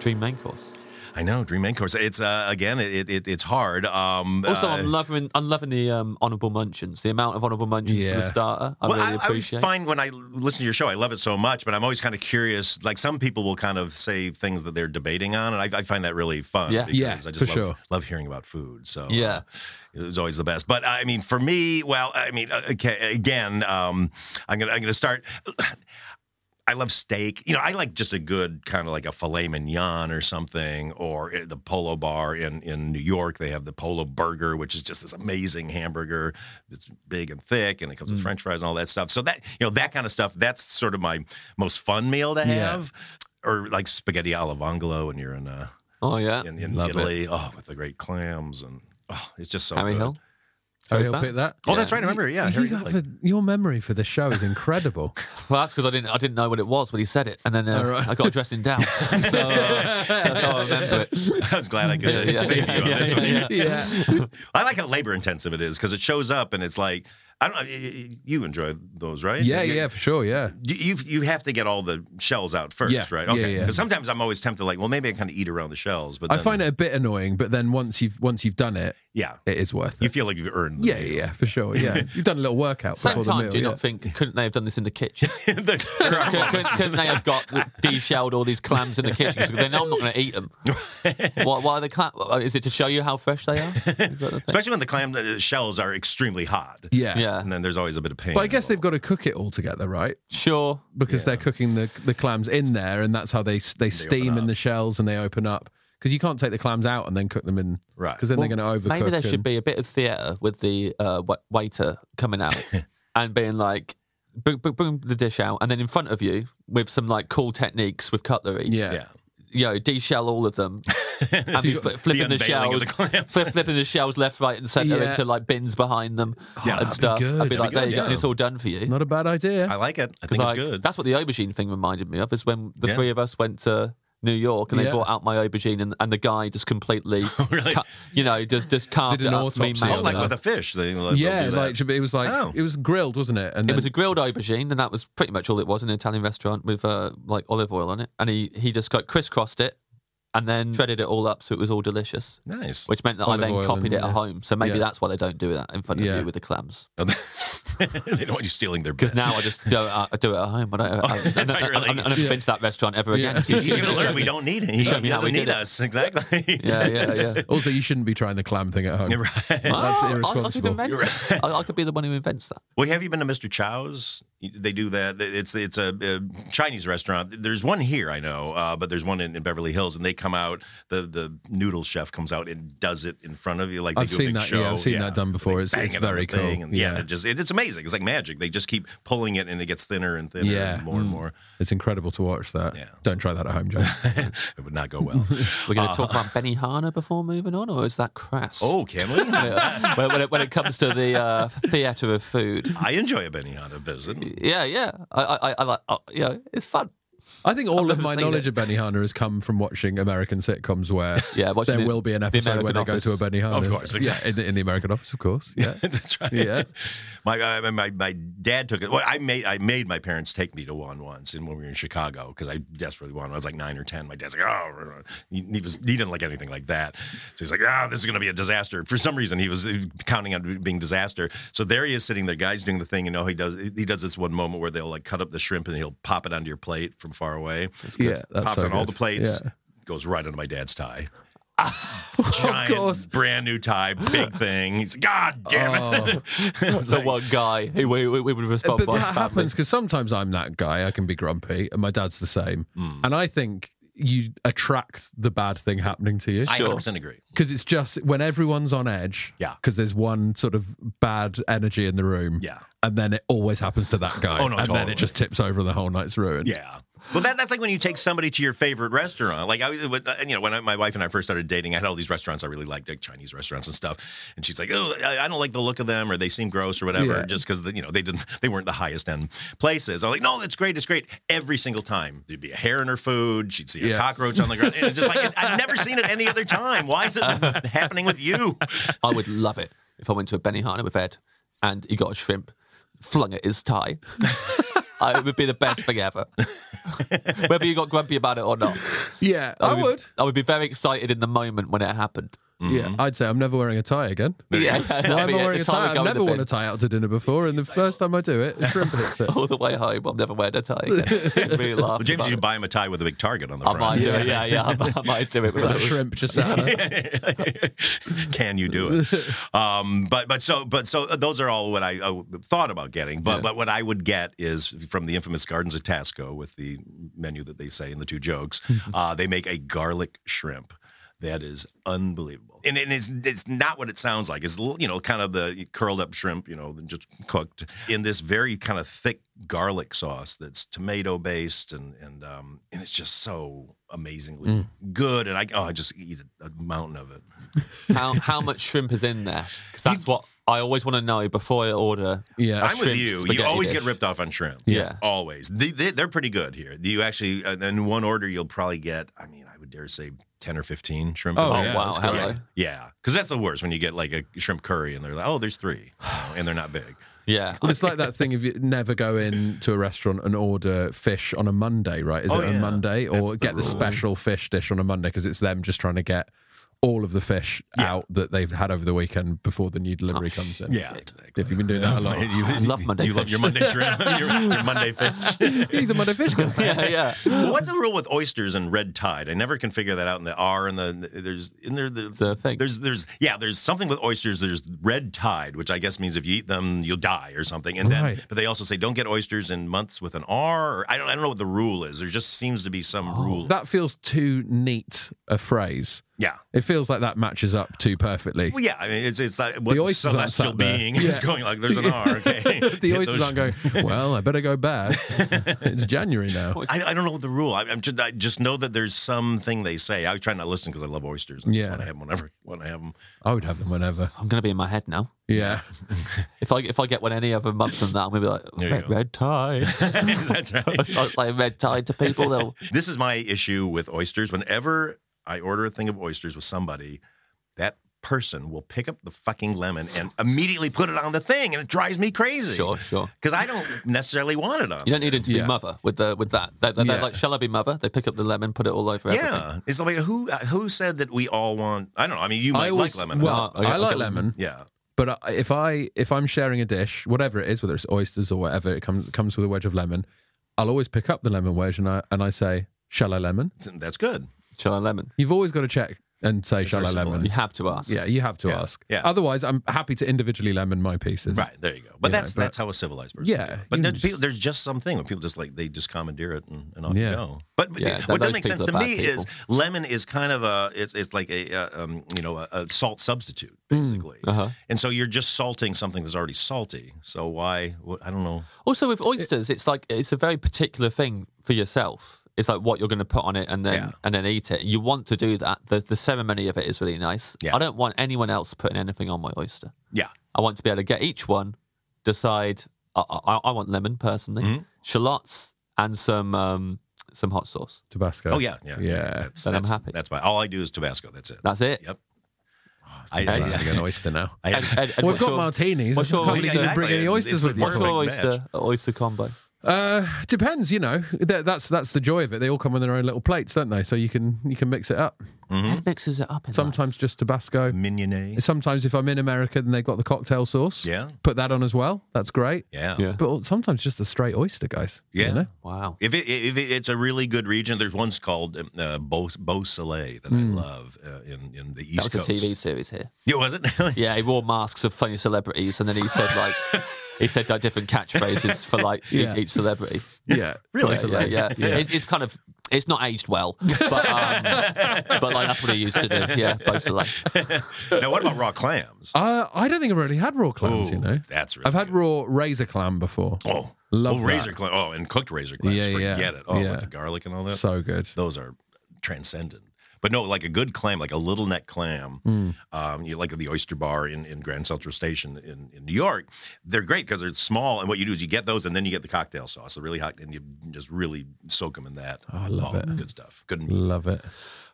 B: Dream main course.
C: I know, Dream Main Course. It's uh, again, it, it it's hard. Um,
B: Also,
C: uh,
B: I'm loving I'm loving the um, honourable munchins. The amount of honourable munchins for the
D: Yeah.
B: starter, I
C: well,
B: really
C: I, I always
B: appreciate.
C: find when I listen to your show, I love it so much, but I'm always kind of curious. Like some people will kind of say things that they're debating on, and I, I find that really fun.
B: Yeah.
C: because
D: Yeah,
C: I just
D: for
C: love,
D: sure.
C: love hearing about food. So uh,
B: Yeah.
C: it was always the best. But I mean, for me, well, I mean, uh, okay, again, um, I'm gonna I'm gonna start. I love steak. You know, I like just a good kind of like a filet mignon or something, or at the Polo Bar in in New York. They have the Polo Burger, which is just this amazing hamburger that's big and thick, and it comes
A: Mm.
C: with French fries and all that stuff. So that you know that kind of stuff. That's sort of my most fun meal to
A: Yeah.
C: have, or like spaghetti alla vongole when you're in uh,
B: Oh yeah,
C: in, in
A: Love it.
C: Italy. Oh, with the great clams and oh, it's just so
B: Harry
C: good.
B: Hill.
A: Harry
B: Who's
A: will
B: that?
A: pick that.
C: Oh, that's right. I remember. Yeah,
A: You
C: Harry
A: have
C: Hill.
A: a, your memory for the show is incredible.
B: Well, that's because I didn't I didn't know what it was when he said it, and then uh,
A: All right.
B: I got dressed in down, so uh, that's how I remember it.
C: I was glad I could uh,
B: Yeah,
C: save
B: yeah,
C: you on
B: yeah,
C: this
B: yeah,
C: one.
B: yeah.
C: I like how labor intensive it is because it shows up and it's like I don't know. y- y- You enjoy those, right?
A: yeah,
C: You-
A: yeah, for sure. Yeah.
C: You you've- you have to get all the shells out first,
A: Yeah,
C: right?
A: yeah,
C: Okay.
A: yeah.
C: 'Cause sometimes I'm always tempted, like, well, maybe I kind of eat around the shells, but
A: I
C: then-
A: find it a bit annoying, but then once you've once you've done it,
C: yeah,
A: it is worth
C: you
A: it.
C: feel like you've earned. The
A: Yeah, yeah, yeah, for sure. Yeah, you've done a little workout before the
B: Sometimes
A: meal.
B: do you
A: yeah.
B: not think couldn't they have done this in the kitchen?
C: yeah.
B: couldn't, couldn't- couldn't they have got de-shelled all these clams in the kitchen? 'Cause they know I'm not going to eat them. Why, why are the clam? Is it to show you how fresh they are? Is that the thing?
C: Especially when the clam uh, shells are extremely hot.
A: yeah,
B: Yeah,
C: And then there's always a bit of pain.
A: But I guess they've got to cook it all together, right?
B: sure.
A: Because they're cooking the the clams in there, and that's how they they steam in
C: up.
A: the shells and they open up. Because you can't take the clams out and then cook them in,
C: Right.
A: Because then they're going to overcook.
B: Maybe there should
A: and-
B: be a bit of theatre with the uh, wa- waiter coming out and being like, bring, bring, bring the dish out, and then in front of you with some like cool techniques with cutlery.
A: Yeah.
C: Yeah.
B: you know, de-shell all of them and be fli flipping the,
C: unveiling of
B: shells,
C: the clams.
B: fli- flipping the shells left, right, and centre
A: Yeah.
B: into like bins behind them
C: Yeah. That'd
B: and
C: be
B: stuff.
A: good.
B: I'd be
A: That'd
B: like,
C: be
B: there
C: good,
B: you go, and
C: yeah.
B: it's all done for you.
A: Not a bad idea.
C: I like it. I think
B: 'Cause
C: it's
B: I-
C: good.
B: That's what the aubergine thing reminded me of. Is when the
C: Yeah.
B: three of us went to New York and
A: Yeah.
B: they brought out my aubergine, and, and the guy just completely,
C: Really?
B: cut- you know, just just carved
A: Did
B: it
A: an
B: up. me
A: autopsy
C: Oh,
A: on
B: mailed
A: it.
C: like
B: it up.
C: with a fish. They, they'll
A: yeah,
C: do
A: it was
C: that.
A: like it was like
C: Oh.
A: it was grilled, wasn't it? And
B: It
A: then,
B: was a grilled aubergine, and that was pretty much all it was in an Italian restaurant with uh, like olive oil on it. And he he just got crisscrossed it, and then shredded it all up so it was all delicious.
C: nice.
B: Which meant that
A: Olive
B: I then
A: oil
B: copied
A: and-
B: it at
A: yeah.
B: home. So maybe
A: Yeah.
B: that's why they don't do that in front of
A: Yeah.
B: you with the clams.
C: they don't want you stealing their
B: Because
C: bit.
B: now I just do it, I do it at home. I don't. I, I,
C: that's
B: I've
C: right,
B: never-
C: really.
B: I've never been to that restaurant ever
A: Yeah.
B: again.
A: You
C: He's going to learn we don't need him. He,
B: showed me how
C: doesn't
B: we
C: need
B: did it.
C: us. Exactly.
B: Yeah, yeah, yeah.
A: also, you shouldn't be trying the clam thing at home.
C: You're right.
B: Well, I- I could
A: irresponsible.
B: invent it. I, I could be the one who invents that.
C: Well, have you been to Mr. Chow's? They do that. It's it's a, a Chinese restaurant. There's one here, I know, uh, but there's one in, in Beverly Hills, and they come out. The the noodle chef comes out and does it in front of you, like they
A: I've
C: do a
A: seen
C: big
A: that, yeah,
C: Show.
A: I've seen that done
C: and
A: before.
C: they
A: It's-
C: bang
A: it's
C: it on the
A: very cool.
C: thing, and yeah, and
A: Yeah.
C: it just it, it's amazing. It's like magic. They just keep pulling it, and it gets thinner and thinner,
A: Yeah.
C: and more and more.
A: It's incredible to watch that.
C: Yeah.
A: Don't try that at home, Joe.
C: it would not go well.
B: We're
A: Ah.
B: going to talk about Benny Hana before moving on, or is that crass?
C: oh, can we?
B: Yeah. when, when it, when it comes to the uh, theatre of food.
C: I enjoy a Benihana visit.
B: Yeah, yeah. I, I, I- I like. Uh, yeah, it's fun.
A: I think all of
B: never
A: my
B: seen
A: knowledge of
B: it.
A: Benihana has come from watching American sitcoms where
B: Yeah, watching
A: there
B: the-
A: will be an
B: the
A: episode where they
B: American
A: go to a
B: Office. Oh,
A: Benihana.
C: Of course,
A: Yeah,
C: exactly.
A: in, the, in the American office, of course. Yeah.
C: That's right.
A: Yeah.
C: My, uh, my my dad took it. Well, I made I made my parents take me to one once, and when we were in Chicago, because I desperately wanted. I was like nine or ten. My dad's like, oh, he, he was he didn't like anything like that. So he's like, ah, this is going to be a disaster. For some reason, he was counting on it being disaster. So there he is sitting there, guys doing the thing. You know, he does he does this one moment where they'll like cut up the shrimp and he'll pop it onto your plate from far away.
A: Yeah, that's
C: pops
A: so
C: on all the
A: good.
C: plates.
A: Yeah.
C: Goes right under my dad's tie. Giant,
A: course.
C: brand new tie, big thing. He's like, God damn
A: Oh.
C: it! It's
B: The
C: like-
B: one guy who we, we, we would respond
A: But
B: by
A: that
B: family.
A: happens because sometimes I'm that guy. I can be grumpy, and my dad's the same.
B: Hmm.
A: And I think you attract the bad thing happening to you.
C: I 100% agree.
A: because it's just when everyone's on edge.
C: Yeah.
A: Because there's one sort of bad energy in the room.
C: Yeah.
A: And then it always happens to that guy.
C: Oh, no,
A: And then
C: totally.
A: it just tips over and the whole night's ruined.
C: Yeah. Well, that, that's like when you take somebody to your favorite restaurant. Like, I, would- and, you know, when I, my wife and I first started dating, I had all these restaurants I really liked, like Chinese restaurants and stuff. And she's like, "Oh, I, I don't like the look of them, or they seem gross, or whatever,"
A: Yeah.
C: just because you know they didn't, they weren't the highest end places. I'm like, "No, it's great, it's great." Every single time, there'd be a hair in her food. She'd see a
A: Yeah.
C: cockroach on the ground. And it's just like I've never seen it any other time. Why is it happening with you?
B: I would love it if I went to a Benihana with Ed and he got a shrimp, flung at his tie. I, it would be the best thing ever. Whether you got grumpy about it or not.
A: Yeah. I
B: be-
A: would.
B: I would be very excited in the moment when it happened.
C: Mm-hmm.
A: Yeah, I'd say I'm never wearing a tie again.
F: Yeah.
A: Why am I
B: Yeah, the
A: wearing a
B: tie
A: tie?
B: would go
A: I've
B: in the
A: never worn
B: bin.
A: a tie out to dinner before, and the first time I do it, the shrimp hits it.
B: all the way home. I'm never wearing a tie again. really laugh.
C: Well, James,
B: about
C: you
B: it.
C: should buy him a tie with a big target on the
B: I might
C: front.
B: do it. Yeah, yeah. I, I might do it.
A: With
B: with
A: that shrimp just sat there.
C: Can you do it? Um, but but so but so those are all what I, uh thought about getting. But but what I would get is from the infamous Gardens of Tasco with the menu that they say in the two jokes. uh, they make a garlic shrimp. That is unbelievable, and, and it's it's not what it sounds like. It's you know kind of the curled up shrimp, you know, just cooked in this very kind of thick garlic sauce that's tomato based, and and um and it's just so amazingly good. And I oh I just eat a, a mountain of it.
B: how how much shrimp is in there? Because that's what I always want to know before I order.
A: Yeah.
B: a
C: I'm with
B: shrimp
C: you. You
B: spaghetti
C: always
B: dish.
C: get ripped off on shrimp.
B: Yeah.
C: Always. They, they, are pretty good here. You actually, uh, in one order, you'll probably get, I mean, I would dare say 10 or 15 shrimp.
A: Oh,
B: Oh
A: yeah,
B: wow!
A: that's
B: Hello.
C: Yeah. Yeah. Because that's the worst when you get like a shrimp curry and they're like, oh, there's three. you know, and they're not big.
B: Yeah.
A: Well, it's like that thing if you never go in to a restaurant and order fish on a Monday, right? Is
C: Oh,
A: it a
C: yeah.
A: Monday or
C: That's the
A: get the
C: rule.
A: special fish dish on a Monday because it's them just trying to get all of the fish
C: Yeah.
A: out that they've had over the weekend before the new delivery comes in.
C: Yeah. Exactly.
A: If you've been doing that a lot.
B: I love Monday
C: You love
B: fish.
C: your Monday shrimp, your, your Monday fish.
A: He's a Monday fish guy.
B: yeah, yeah.
C: Well, what's the rule with oysters and red tide? I never can figure that out. And the R and the there's in there the,
B: The thing.
C: there's there's yeah there's something with oysters. There's red tide, which I guess means if you eat them you'll die or something. And then
A: Right.
C: but they also say don't get oysters in months with an R. Or, I don't I don't know what the rule is. There just seems to be some rule.
A: Oh, That feels too neat a phrase.
C: yeah.
A: It feels like that matches up too perfectly.
C: Well, yeah, I mean, it's it's like what
A: oysters aren't
C: celestial
A: sat there.
C: being is
A: Yeah.
C: going like. There's an R, okay.
A: the
C: Hit
A: oysters
C: those-
A: aren't going, well, I better go back. it's January now.
C: I, I don't know what the rule. I, I'm just I just know that there's something they say. I try not to listen because I love oysters. I
A: Yeah.
C: just want to have them whenever when I have them.
A: I would have them whenever.
B: I'm gonna be in my head now.
A: Yeah.
B: If I if I get one any other month than that, I'm gonna be like
C: There you
B: red,
C: go.
B: red tie.
C: That's right.
B: I start saying red tie to people. They'll
C: This is my issue with oysters. Whenever I order a thing of oysters with somebody, that person will pick up the fucking lemon and immediately put it on the thing, and it drives me crazy.
B: sure, sure.
C: Because I don't necessarily want it on.
B: You don't need him to
A: Yeah.
B: be mother with the with that. They, they,
A: Yeah.
B: are like, shall I be mother? They pick up the lemon, put it all over everything.
C: yeah, it's like who uh, who said that we all want? I don't know. I mean, you
A: I
C: might
A: always,
C: like lemon.
A: Well,
B: No, I get-
A: I
B: I
A: like
B: get lemon.
A: lemon.
C: yeah,
A: But I- if I if I'm sharing a dish, whatever it is, whether it's oysters or whatever, it comes comes with a wedge of lemon. I'll always pick up the lemon wedge and I and I say, "Shall I lemon?"
C: that's good.
B: Shall I lemon?
A: You've always got to check and say, "Shall I
C: very
A: lemon?"
B: You have to ask.
A: Yeah, you have to
C: Yeah,
A: ask.
C: yeah.
A: Otherwise, I'm happy to individually lemon my pieces.
C: Right there you go. But
A: You know,
C: that's
A: but-
C: that's how a civilized person.
A: Yeah,
C: do it.
A: you
C: but there's,
A: just-
C: people, there's just something when people just like they just commandeer it and, and off
A: Yeah.
C: you go. But but
B: Yeah, th-
C: what
B: those
C: doesn't make sense
B: people
C: to
B: are
C: me
B: bad
C: is lemon is kind of a it's it's like a uh, um, you know a, a salt substitute basically,
B: Uh-huh.
C: and so you're just salting something that's already salty. So why? What, I don't know.
B: Also, with oysters, it's like it's a very particular thing for yourself. It's like what you're going to put on it and then
C: Yeah.
B: and then eat it. You want to do that. The the ceremony of it is really nice.
C: Yeah.
B: I don't want anyone else putting anything on my oyster.
C: Yeah,
B: I want to be able to get each one, decide. I, I, I want lemon personally,
C: Mm-hmm.
B: shallots, and some um, some hot sauce.
A: Tabasco.
C: Oh yeah, yeah,
A: Yeah.
C: That's,
B: Then I'm
C: that's-
B: happy.
C: That's why all I do is Tabasco. That's it.
B: That's it.
C: Yep.
A: I,
C: I-
A: like an oyster now.
C: I
B: And- and- and
A: We've
B: what's
A: got
B: your-
A: martinis.
B: what's
A: I
B: your-
A: can't believe you didn't
C: Exactly,
A: bring any
C: it's- it's
A: oysters
C: the
A: with you.
B: What's your
C: Perfect match.
B: oyster oyster combo?
A: Uh, depends, you know. That, that's that's the joy of it. They all come on their own little plates, don't they? So you can you can mix it up.
C: Mm-hmm.
B: Ed mixes it up. In that.
A: Sometimes just Tabasco.
C: mignonette.
A: Sometimes if I'm in America, then they've got the cocktail sauce.
C: Yeah.
A: Put that on as well. That's great.
C: Yeah.
B: Yeah.
A: But sometimes just a straight oyster, guys.
C: Yeah.
A: You know?
B: Wow.
C: If, it, if it, it's a really good region, there's one's called um, uh, Beau, Beau Soleil that
A: Hmm.
C: I love uh, in, in the
B: That
C: East
B: was
C: Coast.
B: a TV series here.
C: Yeah, was it?
B: Yeah, he wore masks of funny celebrities, and then he said like he said like different catchphrases for like e-,
A: Yeah.
B: each, each celebrity.
A: Yeah.
C: Really?
B: So, like, yeah,
A: Yeah.
B: It's, it's kind of it's not aged well, but um, but like that's what he used to do. Yeah, both of like
C: now, what about raw clams?
A: Uh, I don't think I've really had raw clams, you
C: Ooh,
A: know.
C: That's really
A: I've had
C: good.
A: raw razor clam before.
C: Oh,
A: Love
C: oh,
A: that.
C: razor clams. Oh, and cooked razor clams.
A: Yeah, yeah.
C: Forget it. Oh,
A: Yeah.
C: with the garlic and all that.
A: So good.
C: Those are transcendent. But no, like a good clam, like a little neck clam,
A: Hmm.
C: um, you know, like the oyster bar in, in Grand Central Station in, in New York. They're great because they're small, and what you do is you get those, and then you get the cocktail sauce, the really hot, and you just really soak them in that.
A: Oh, I love it.
C: Good stuff. Good. meat.
A: Love it.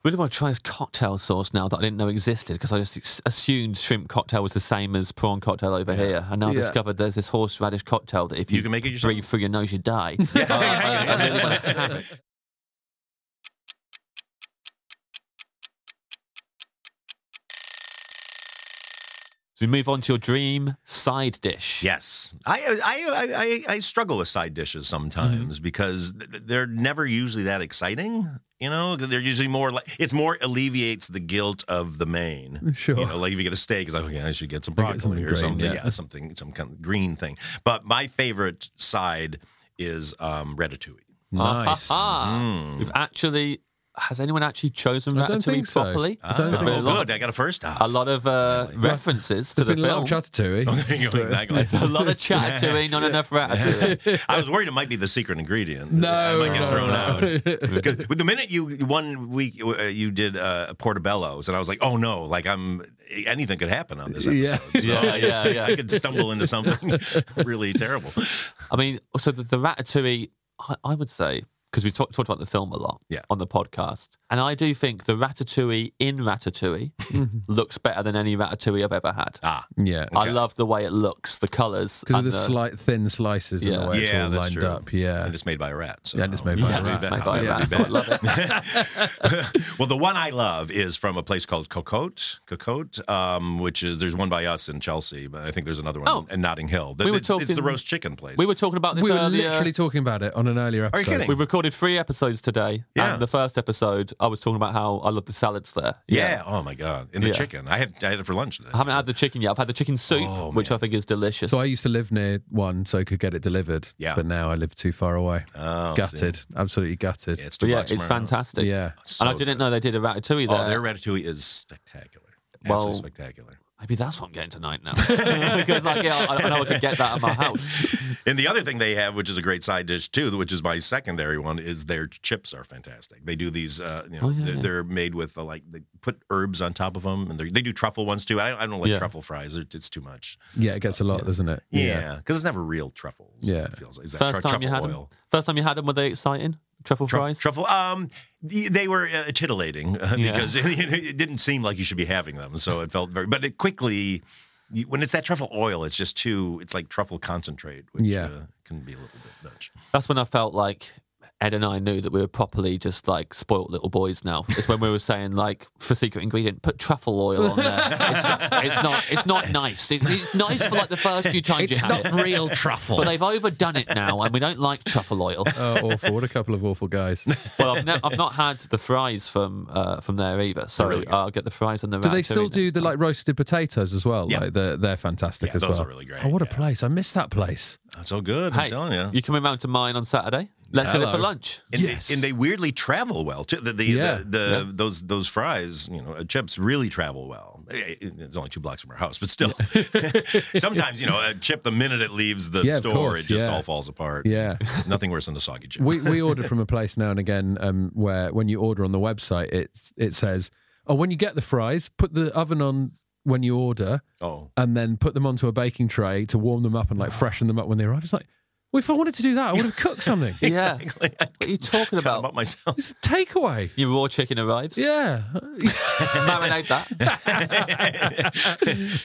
B: really want to try his cocktail sauce now that I didn't know existed because I just ex- assumed shrimp cocktail was the same as prawn cocktail over here, and now I
A: Yeah.
B: discovered there's this horseradish cocktail that if you,
C: You can make it yourself.
B: breathe through your nose, you die. Uh, I- I really wanna have it. So we move on to your dream side dish.
C: Yes, I I, I, I I struggle with side dishes
A: Mm-hmm.
C: sometimes because th- they're never usually that exciting. You know, they're usually more like it's more alleviates the guilt of the main.
A: Sure.
C: You know, like if you get a steak, it's like okay, I should get some
A: Right,
C: broccoli
A: something
C: or
A: green,
C: something.
A: yeah.
C: Yeah. something some kind of green thing. But my favorite side is um, ratatouille.
A: Nice.
B: Ah,
C: Mm.
B: We've actually, has anyone actually chosen
A: I don't think
B: Ratatouille
A: so.
B: properly?
A: I don't
C: Ah,
A: think
C: well,
B: so.
C: good. I got a first time.
B: A lot of uh,
C: Really?
B: references to
A: There's
B: the
A: been a lot
B: film.
A: of
C: Oh,
A: Ratatouille.
C: exactly.
B: There's a lot of Chatatouille, not enough Ratatouille.
C: I was worried it might be the secret ingredient.
A: No,
C: I might get
A: no,
C: thrown
A: no.
C: out. Because with the minute you one week uh, you did uh, portobello's, and I was like, oh no, like I'm anything could happen on this
A: Yeah.
C: episode. So
B: Yeah,
C: I-
B: yeah, yeah.
C: I could stumble into something really terrible.
B: I mean, so the, the Ratatouille, I, I would say, because we talked talked about the film a lot
C: Yeah.
B: on the podcast, and I do think the Ratatouille in Ratatouille looks better than any Ratatouille I've ever had.
C: Ah,
A: Yeah.
B: I love the way it looks, the colours.
A: Because of
B: and
A: the slight thin slices in the
B: Yeah.
A: way it's
C: yeah,
A: all
C: that's
A: lined
C: true.
A: up. Yeah.
C: and it's made by a rat. So
A: Yeah, and it's made by a
B: Yeah,
A: rat.
B: it's made by a
A: Yeah.
B: rat. so I love it.
C: well, the one I love is from a place called Cocotte, Cocotte, um, which is there's one by us in Chelsea, but I think there's another one
B: Oh.
C: in Notting Hill.
B: We were
C: it's, it's the
B: talking-
C: roast chicken place.
B: We were talking about this
A: We were
B: earlier.
A: literally talking about it on an earlier
C: Are you
A: episode.
C: kidding?
B: we recorded three episodes today.
C: Yeah.
B: And the first episode, I was talking about how I love the salads there.
C: yeah. Oh my god. And the
B: Yeah.
C: chicken. I had I had it for lunch today.
B: I haven't had the chicken yet. I've had the chicken soup,
C: Oh,
B: which
C: man.
B: I think is delicious.
A: So I used to live near one, so I could get it delivered.
C: Yeah.
A: But now I live too far away.
C: Oh,
A: gutted.
C: see.
A: Absolutely gutted.
C: Yeah, it's too
B: But yeah, it's
C: much from our house.
B: fantastic.
A: Yeah.
C: It's
B: and I
C: so
B: didn't
C: good.
B: know they did a ratatouille there.
C: Oh, their ratatouille is spectacular.
B: Well-
C: Absolutely spectacular.
B: Maybe that's what I'm getting tonight now. because like, yeah, I, I know I can get that at my house.
C: And the other thing they have, which is a great side dish too, which is my secondary one, is their chips are fantastic. They do these, uh, you know,
B: Oh, yeah,
C: they're,
B: yeah.
C: they're made with uh, like they put herbs on top of them, and they're- they do truffle ones too. I, I don't like
B: Yeah.
C: truffle fries; It- it's too much.
A: Yeah, it gets a lot, doesn't it?
C: Yeah, because it's never real truffles.
A: Yeah.
C: it feels like Is that
B: First
C: tru-
B: time you had
C: truffle
B: them.
C: oil.
B: First time you had them, were they exciting? Truffle
C: Truff-
B: fries?
C: Truffle. Um, y- they were uh, titillating uh,
B: Yeah.
C: because it, it didn't seem like you should be having them, so it felt very. But it quickly, you, when it's that truffle oil, it's just too. It's like truffle concentrate, which
A: Yeah.
C: uh, can be a little bit much.
B: That's when I felt like Ed and I knew that we were properly just like spoilt little boys now. It's when we were saying like for secret ingredient, put truffle oil on there. It's, it's not it's not nice. It, it's nice for like the first few times you had it.
A: real truffle.
B: But they've overdone it now and we don't like truffle oil.
A: oh, awful. What a couple of awful guys.
B: Well, I've, ne- I've not had the fries from uh, from there either. So
C: really good.
B: I'll get the fries and the
A: Oh, Do they
B: ratatouille
A: still do
B: next
A: the
B: time.
A: like roasted potatoes as well?
C: Yeah.
A: Like they're, they're fantastic
C: Yeah,
A: as
C: those
A: well.
C: are really great,
A: Oh, what a
C: yeah.
A: place! I miss that place.
C: That's so good.
B: Hey,
C: I'm telling you.
B: You coming round to mine on Saturday? Let's hit it for
A: Hello.
B: lunch.
C: and, they-
A: Yes.
C: and they weirdly travel well too. The the,
A: Yeah.
C: the, the those those fries, you know, uh, chips really travel well. Eh, eh, It's only two blocks from our house, but still, sometimes you know, a chip the minute it leaves the
A: Yeah, of
C: store,
A: course,
C: it just
A: yeah.
C: all falls apart.
A: Yeah.
C: nothing worse than a soggy chip.
A: we we order from a place now and again um, where when you order on the website it's it says oh when you get the fries put the oven on when you order
C: oh,
A: and then put them onto a baking tray to warm them up and
B: Ah.
A: like freshen them up when they arrive it's like well, if I wanted to do that I would have cooked something
B: Yeah. What are you talking
C: about,
B: about?
C: myself.
A: it's a takeaway
B: Your raw chicken arrives.
A: yeah
B: Marinate that.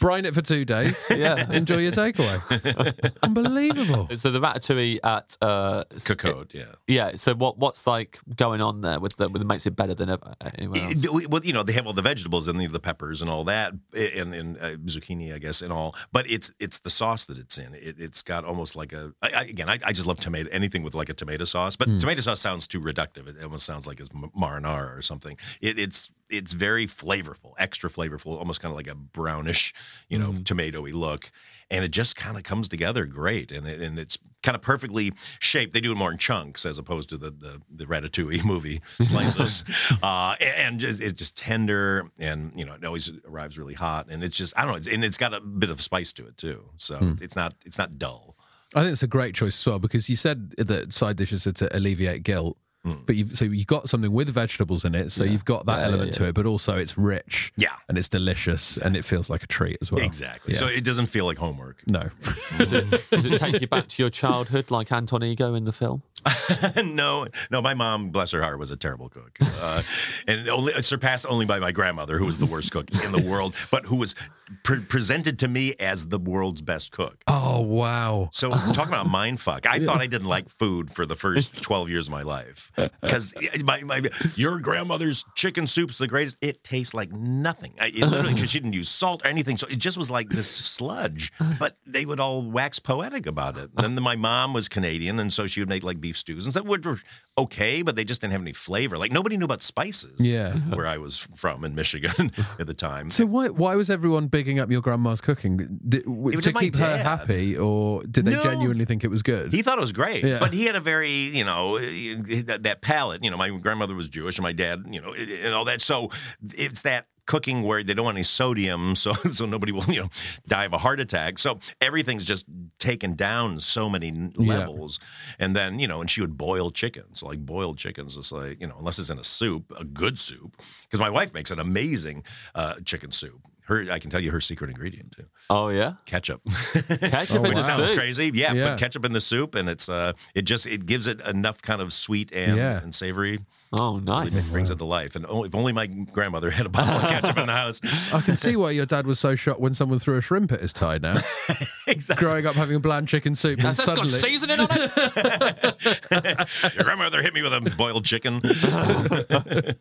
A: brine it for two days
B: Yeah.
A: enjoy your takeaway unbelievable
B: So the ratatouille at uh, s-
C: Cacode, yeah.
B: yeah. So what what's like going on there with the with the makes it better than ever anywhere else?
C: It- we- Well, you know, they have all E, the vegetables and the, the peppers and all that, and, and uh, zucchini, I guess, and all. But it's it's the sauce that it's in. It, it's got almost like a. I, I, again, I, I just love tomato. Anything with like a tomato sauce, but tomato sauce sounds too reductive. It almost sounds like it's m- marinara or something. It, it's it's very flavorful, extra flavorful, almost kind of like a brownish, you know, tomatoey look. And it just kind of comes together great, and it, and it's kind of perfectly shaped. They do it more in chunks as opposed to the the, the Ratatouille movie slices, uh, and, and just, it's just tender, and you know it always arrives really hot, and it's just I don't know, it's, and it's got a bit of spice to it too, so
A: Hmm.
C: it's not it's not dull.
A: I think it's a great choice as well because you said that side dishes are to alleviate guilt, but you've so you've got something with vegetables in it, so you've got that
B: Hmm. Yeah, yeah,
A: element
B: yeah.
A: to it, but also it's rich,
C: Yeah.
A: and it's delicious, and it feels like a treat as well.
C: Exactly.
A: Yeah.
C: So it doesn't feel like homework.
A: no,
B: Does it take you back to your childhood, like Anton Ego in the film?
C: no, no. My mom, bless her heart, was a terrible uh, cook, uh, and only surpassed only by my grandmother, who was the worst cook in the world, but who was pre- presented to me as the world's best cook.
A: Oh wow.
C: So talking about mind fuck, I thought I didn't like food for the first twelve years of my life because my, my your grandmother's chicken soup's the greatest. It tastes like nothing. I, it literally because she didn't use salt or anything, so it just was like this sludge. But they would all wax poetic about it. Then my mom was Canadian, and so she would make like beef stews and stuff, which were okay, but they just didn't have any flavor. Like nobody knew about spices.
A: Yeah.
C: where I was from in Michigan at the time.
A: So why why was everyone bigging up your grandma's cooking? Did, w-
C: was
A: to
C: my
A: keep her
C: dad.
A: happy, or did they
C: No.
A: genuinely think it was good?
C: He thought it was great,
A: Yeah.
C: but he had a very, you know, eh, that, that palate. You know, my grandmother was Jewish and my dad, you know, eh, and all that. So it's that cooking where they don't want any sodium, so so nobody will, you know, die of a heart attack. So everything's just taken down so many n-
A: Yeah.
C: levels. And then, you know, and she would boil chicken. So like boiled chickens is like, you know, unless it's in a soup, a good soup, because my wife makes an amazing uh, chicken soup. Her, I can tell you her secret ingredient too:
B: Oh yeah,
C: ketchup.
B: ketchup
A: Oh,
B: in
C: Which
B: the
A: wow.
C: sounds
B: soup.
C: crazy. Yeah,
A: Yeah.
C: put ketchup in the soup, and it's uh, it just it gives it enough kind of sweet and,
A: Yeah.
C: and savory.
B: Oh
C: It
B: nice.
C: brings it to life. And oh, if only my grandmother had a bottle of ketchup in the house.
A: I can see why your dad was so shocked when someone threw a shrimp at his tie. Now,
C: exactly.
A: growing up having bland chicken soup, and
B: That's got
A: suddenly
B: seasoning on it.
C: Your grandmother hit me with a boiled chicken.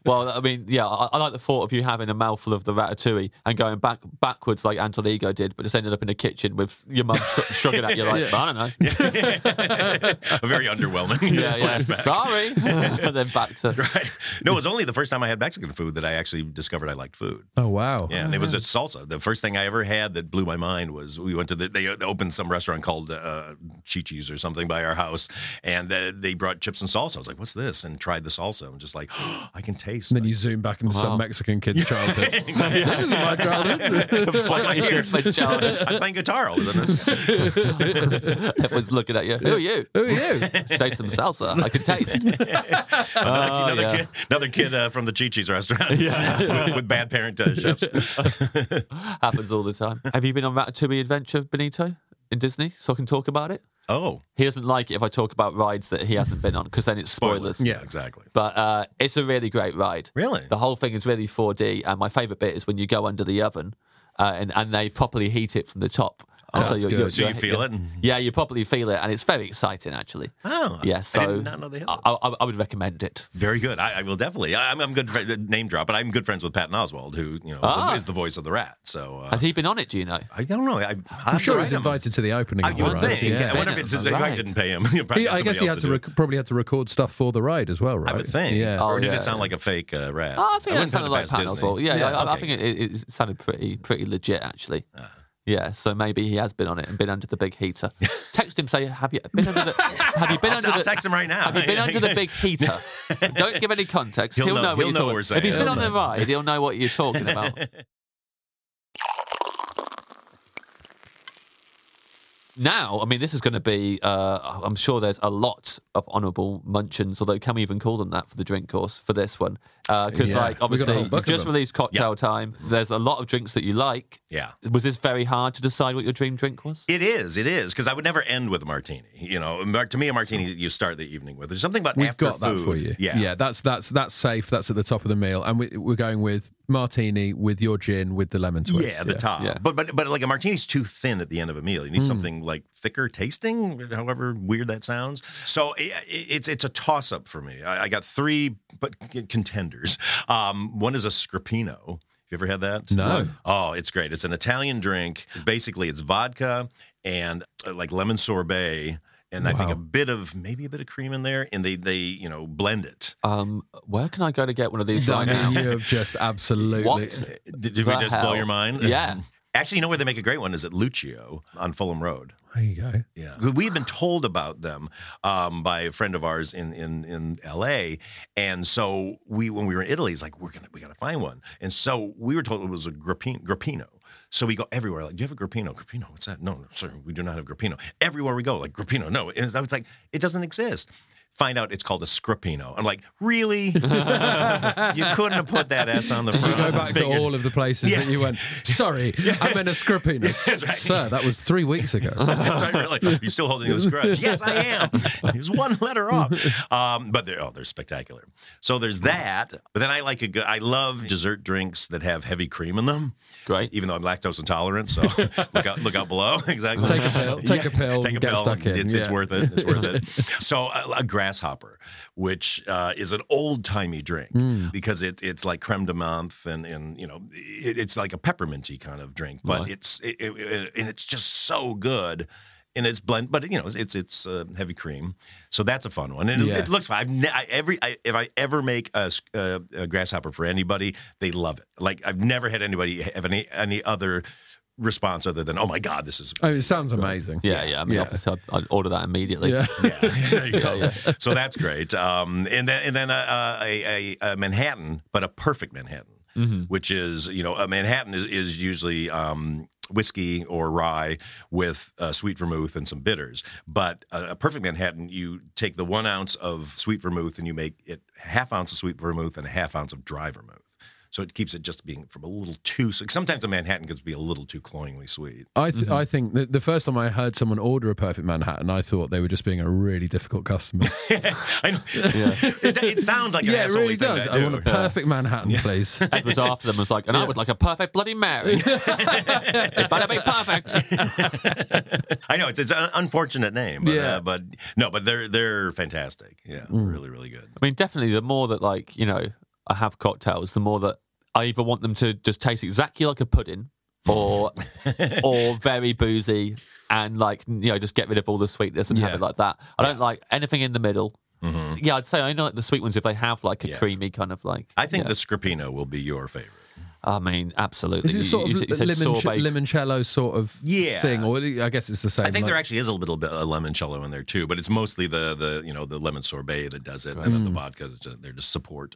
B: Well, I mean, yeah, I, I like the thought of you having a mouthful of the ratatouille and going back backwards like Anton Ego did, but just ended up in a kitchen with your mum sh- shrugging at you like, I don't know. Yeah,
C: a very underwhelming
B: yeah,
C: flashback.
B: sorry. and then back to
C: Right. No, it was only the first time I had Mexican food that I actually discovered I liked food.
A: oh wow,
C: Yeah, and it was a
A: Mm-hmm.
C: salsa. The first thing I ever had that blew my mind was we went to the they opened some restaurant called uh, Chi-Chi's or something by our house, and uh, they brought chips and salsa. I was like, "What's this?" and tried the salsa. and just like, "I can taste."
A: And then you zoom back into some
B: Wow.
A: Mexican kid's childhood.
C: this
A: is my childhood.
C: Play my ear.
B: my childhood.
C: I'm playing guitar all of a sudden.
B: Everyone's looking at you. Who are you?
A: Who are you?
B: Taste some salsa. I can taste.
A: Oh,
C: another, another
B: yeah.
C: kid, another kid uh, from the Chi-Chi's restaurant with, with bad parent uh, chefs.
B: Happens all the time. Have you been on Ratatouille Adventure, Benito, in Disney, so I can talk about it?
C: Oh,
B: He doesn't like it if I talk about rides that he hasn't been on because then it's spoilers.
A: Yeah.
C: exactly.
B: But uh, it's a really great ride.
C: Really?
B: The whole thing is really 4D. And my favorite bit is when you go under the oven uh, and, and they properly heat it from the top. And
A: Oh, that's good.
C: So you feel it?
B: Yeah, you properly feel it. And it's very exciting, actually.
C: Oh,
B: Yeah, so
C: I did not know they had.
B: I,
C: that.
B: I, I would recommend it.
C: Very good. I, I will definitely. I, I'm, I'm good. fri- uh, name drop, but I'm good friends with Patton Oswald, who you know is,
B: Ah.
C: the, is the voice of the Rat. So uh,
B: Has he been on it, do you know?
C: I don't know. I,
A: I'm sure he was invited to the opening.
C: I,
A: of the
C: would
A: ride,
C: think. I
A: yeah.
C: wonder if it's his,
B: Right.
C: I didn't pay him. He probably
A: He-
C: got
A: I guess
C: somebody
A: he
C: else
A: had to
C: do it.
A: rec- probably had to record stuff for the ride as well, right?
C: I would think. Oh.
A: Yeah.
C: Or did
B: Oh, yeah.
C: it sound like a fake uh, rat?
B: Oh, I think it
C: wouldn't put
B: sounded like
C: past
B: Pan
C: Disney.
B: Oswald. Yeah, yeah, I, I
C: okay. Ah.
B: think it, it, it sounded pretty pretty legit actually. Yeah, so maybe he has been on it and been under the big heater. Text him, say, have you been under the? Have you been
C: I'll,
B: under
C: I'll
B: the?
C: text him right now.
B: Have you been under the big heater? Don't give any context.
C: He'll
B: He'll,
C: know-
B: know. what
C: he'll
B: you're
C: know
B: talking-
C: what we're
B: If he's
C: saying.
B: been on the ride, he'll know what you're talking about. now, I mean, this is going to be. Uh, I'm sure there's a lot of honourable munchins, although can we even call them that for the drink course for this one? Because,
A: Yeah. We've
B: like,
A: got a
B: obviously,
A: whole book
B: you've
A: of
B: just
A: them.
B: released cocktail time. There's a lot of drinks that you like.
C: Yeah.
B: Was this very hard to decide what your dream drink was?
C: It is, it is, because I would never end with a martini. You know, mar- to me, a martini you start the evening with. There's something about
A: We've
C: after
A: got that
C: food.
A: for you.
C: Yeah,
A: yeah, that's that's that's safe. That's at the top of the meal, and we, we're going with martini with your gin with the lemon twist.
C: Yeah, the top.
B: Yeah. Hmm.
C: But but but like a martini's too thin at the end of a meal. You need something like thicker tasting, however weird that sounds. So i i- it's it's a toss up for me. I, I got three but c- contenders. Um, one is a Scrapino. You ever had that?
A: No.
C: Oh, it's great. It's an Italian drink. Basically, it's vodka and uh, like lemon sorbet. And I think
A: Wow.
C: a bit of maybe a bit of cream in there, and they they you know blend it.
B: Um, where can I go to get one of these
A: I
B: right now?
A: mean, you have just absolutely.
B: What?
C: Uh, Did, did we
B: The
C: just blow
B: hell?
C: your mind?
B: Yeah.
C: Actually, you know where they make a great one is at Lucio on Fulham Road.
A: There you go.
C: Yeah. We had been told about them um, by a friend of ours in, in in LA. And so we when we were in Italy, he's like, We're gonna we gotta find one. And so we were told it was a grappin- grappino. So we go everywhere, like, do you have a grappino? Grappino, what's that? No, no, sir, we do not have grappino. Everywhere we go, like grappino, no. And I was like, it doesn't exist. Find out it's called a Scrapino. I'm like, really? you couldn't have put that S on the
A: Did you
C: front.
A: go back to
C: Figured-
A: all of the places
C: Yeah.
A: that you went? Sorry, I meant a scripping.
C: that's right.
A: Sir, that was three weeks ago.
C: Right, really? You're still holding this grudge. Yes, I am. There's one letter off. Um, but they're oh, they're spectacular. So there's that. But then I like a good. I love dessert drinks that have heavy cream in them.
B: Great.
C: Even though I'm lactose intolerant, so look out, look out below. Exactly.
A: Take a pill- take a pill
C: Take a
A: and get
C: pill.
A: stuck in,
C: It's, it's
A: yeah.
C: worth it. It's worth it. So a, a grasshopper, which uh, is an old timey drink
A: Hmm.
C: because it, it's like creme de menthe and and you know it, it's like a pepperminty kind of drink, but
B: Right.
C: it's it, it, it- and it's just so good. And it's blend, but you know it's it's, it's uh, heavy cream, so that's a fun one, and it,
A: Yeah.
C: it looks fun. I've ne- I, every I, if I ever make a, s- uh, a grasshopper for anybody, they love it. Like I've never had anybody have any any other response other than "Oh my god, this is
A: Oh, it sounds amazing.
B: Yeah, yeah. I mean,
A: Yeah.
B: obviously, I'd, I'd order that immediately.
A: Yeah.
C: yeah, there you go. So that's great. Um, and then and then a, a, a, a Manhattan, but a perfect Manhattan,
A: Mm-hmm.
C: which is you know a Manhattan is, is usually um, whiskey or rye with uh, sweet vermouth and some bitters. But a, a perfect Manhattan, you take the one ounce of sweet vermouth and you make it half ounce of sweet vermouth and a half ounce of dry vermouth. So it keeps it just being from a little too. Sometimes a Manhattan can be a little too cloyingly sweet.
A: I, th- I think that the first time I heard someone order a perfect Manhattan, I thought they were just being a really difficult customer.
C: I know. It, it sounds like an
A: yeah, it
C: asshole-y
A: really
C: thing
A: does.
C: to
A: I want
C: do.
A: a perfect Manhattan, please.
B: Ed was after them and was like, and I would like a perfect Bloody Mary. it better be perfect.
C: I know it's, it's an unfortunate name, but,
A: Yeah.
C: uh, but no, but they're they're fantastic. Yeah, really, really good.
B: I mean, definitely the more that, like, you know, I have cocktails, the more that I either want them to just taste exactly like a pudding or or very boozy and, like, you know, just get rid of all the sweetness and have
A: Yeah.
B: it like that. I don't like anything in the middle. Yeah, I'd say I know like the sweet ones if they have like a
C: Yeah.
B: creamy kind of like.
C: I think
B: yeah.
C: the Scrapino will be your favorite.
B: I mean, absolutely.
A: Is it
B: You-
A: sort
B: you,
A: of
B: you said
A: limon-
B: sorbet
A: limoncello sort of
C: Yeah.
A: thing? Or I guess it's the same.
C: I think
A: like-
C: there actually is a little bit of limoncello in there too, but it's mostly the the you know the lemon sorbet that does it, and then the
A: Mm.
C: vodka. is just- They're just support.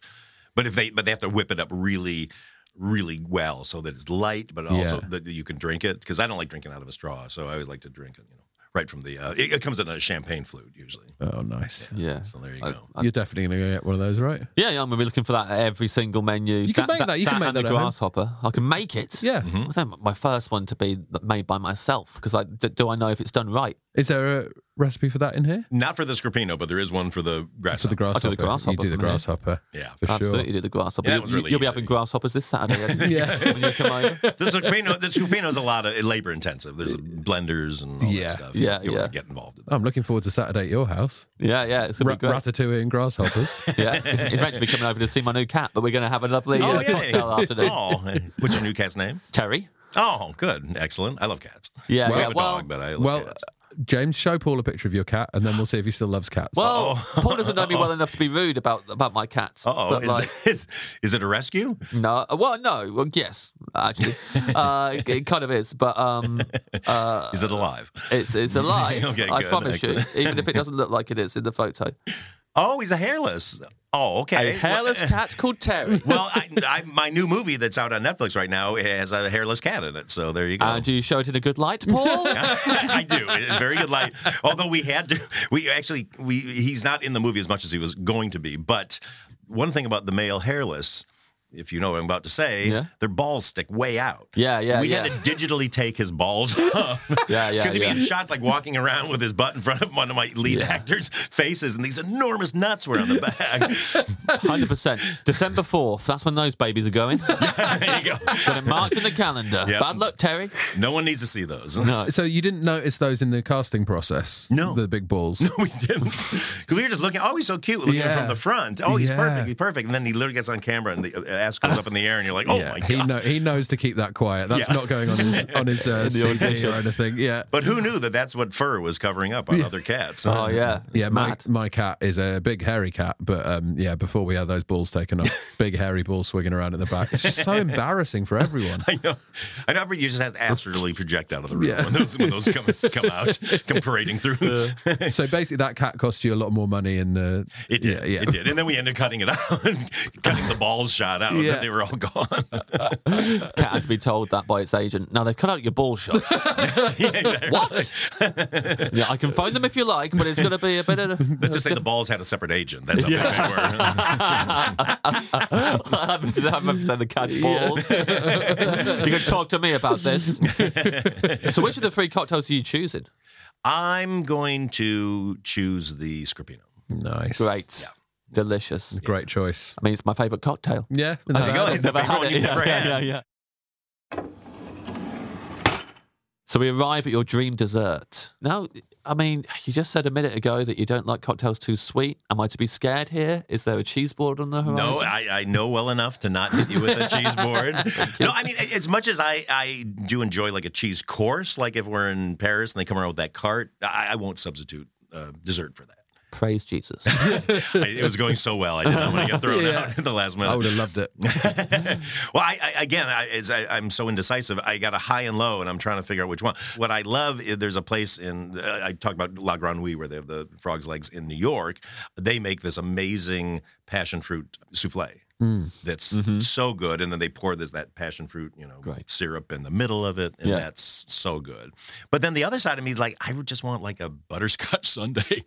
C: But if they but they have to whip it up really, really well so that it's light, but also
A: Yeah.
C: that you can drink it because I don't like drinking out of a straw, so I always like to drink it. You know, right from the uh, it, it comes in a champagne flute usually.
A: Oh, nice.
B: Yeah.
C: So there you
B: I-
C: go.
A: You're definitely going to get one of those, right?
B: Yeah, yeah, I'm gonna be looking for that at every single menu.
A: You can make that, you can make
B: and
A: that
B: the
A: at home.
B: grasshopper. I can make it.
A: Yeah.
B: I don't want my first one to be made by myself because like, d- do I know if it's done right?
A: Is there a recipe for that in here?
C: Not for the Scrapino, but there is one for the grass.
A: For the grasshopper. You
B: grasshopper
A: do the
B: for me.
A: grasshopper.
C: Yeah.
A: for
B: Absolutely,
A: sure.
B: do the grasshopper.
C: Yeah, that
B: You-
C: was
B: you,
C: really
B: will be
C: easy.
B: having grasshoppers this Saturday. Ed,
A: Yeah.
B: when you come over.
C: the Scrapino, the Scrapino is a lot of labor intensive. There's blenders and all
A: Yeah.
C: that stuff.
B: Yeah,
C: you
B: yeah.
C: want to get involved in that.
A: I'm looking forward to Saturday at your house.
B: Yeah, yeah, it's
A: Ra-
B: gonna be great.
A: ratatouille and grasshoppers.
B: Yeah, he's he's meant to be coming over to see my new cat, but we're gonna have a lovely uh, cocktail afternoon.
C: Oh, what's your new cat's name?
B: Terry.
C: Oh, good, excellent. I love cats.
B: Yeah,
C: I
B: yeah.
C: have a
B: Well,
C: dog, but I love
A: well,
C: cats.
A: James, show Paul a picture of your cat, and then we'll see if he still loves cats.
B: well, Paul doesn't know me well enough to be rude about about my cats.
C: Oh,
B: uh, but,
C: is,
B: like-
C: is, is it a rescue?
B: No, well, no, well, yes, actually, uh, it- it kind of is, but um, uh,
C: Is it alive?
B: it's it's alive.
C: Okay,
B: I
C: good,
B: promise
C: excellent.
B: you, even if it doesn't look like it is in the photo.
C: Oh, he's a hairless. Oh, okay.
B: A hairless
C: Well-
B: cat called Terry.
C: Well, I, I, my new movie that's out on Netflix right now has a hairless cat in it. So there you go.
B: And Uh, do you show it in a good light, Paul?
C: I do. It's very good light. Although we had to, we actually we he's not in the movie as much as he was going to be. But one thing about the male hairless, if you know what I'm about to say,
B: Yeah.
C: their balls stick way out.
B: Yeah, yeah,
C: We
B: yeah.
C: had to digitally take his balls off.
B: Yeah, yeah,
C: Because he'd
B: yeah.
C: be in shots like walking around with his butt in front of one of my lead actors' faces, and these enormous nuts were on the back.
B: Hundred percent. December fourth. That's when those babies are going.
C: there you go.
B: Got it marked in the calendar.
C: Yep.
B: Bad luck, Terry.
C: No one needs to see those.
B: No.
A: so you didn't notice those in the casting process?
C: No.
A: The big balls.
C: we didn't. 'Cause we were just looking. Oh, he's so cute. Looking at him
A: Yeah.
C: from the front. Oh, he's
A: Yeah.
C: perfect. He's perfect. And then he literally gets on camera and the uh, ass goes up in the air, and you're like, oh
A: yeah,
C: my
A: he
C: god.
A: know, he knows to keep that quiet. That's
C: Yeah.
A: not going on his on his uh, CD or anything. Yeah,
C: But who knew that that's what fur was covering up on other cats?
B: Oh yeah. It's
A: yeah. My,
B: Mad.
A: my cat is a big hairy cat, but um, yeah, before we had those balls taken off, big hairy balls swinging around at the back. It's just so embarrassing for everyone.
C: I know. I know. You just have to astrally project out of the room when those when those come come out, come parading through.
B: Uh,
A: So basically, that cat cost you a lot more money in the.
C: It did.
A: Yeah, yeah.
C: It did. And then we ended up cutting it out, cutting the balls shot out and
A: Yeah.
C: then they were all gone.
B: Cat had to be told that by its agent. Now they've cut out your ball shots. what? yeah, I can phone them if you like, but it's going to be a bit of.
C: Let's just say the balls had a separate agent. That's how big they were.
B: I'm saying the cat's balls. you can talk to me about this. so, which of the three cocktails are you choosing?
C: I'm going to choose the Scorpino.
A: Nice.
B: Great, delicious.
A: Great choice.
B: I mean, it's my favorite cocktail.
A: Yeah.
B: I've
C: go.
B: never-
C: It's the
B: never
C: favorite
B: had
C: one
B: it.
C: you've never had.
B: yeah, yeah. So we arrive at your dream dessert. Now, I mean, you just said a minute ago that you don't like cocktails too sweet. Am I to be scared here? Is there a cheese board on the horizon?
C: No, I, I know well enough to not hit you with a cheese board. no, I mean, as much as I, I do enjoy like a cheese course, like if we're in Paris and they come around with that cart, I, I won't substitute uh, dessert for that.
B: Praise Jesus.
C: I, it was going so well. I didn't know when I got thrown
A: Yeah.
C: out in the last minute.
A: I would have loved it.
C: well, I, I again, I, as I, I'm so indecisive. I got a high and low, and I'm trying to figure out which one. What I love is there's a place in uh, I talk about La Grande Nuit where they have the frogs legs in New York. They make this amazing passion fruit souffle.
B: Mm.
C: That's so good, and then they pour this that passion fruit, you know,
B: Mm-hmm. Great.
C: syrup in the middle of it, and
B: Yeah.
C: that's so good. But then the other side of me is like, I would just want like a butterscotch sundae,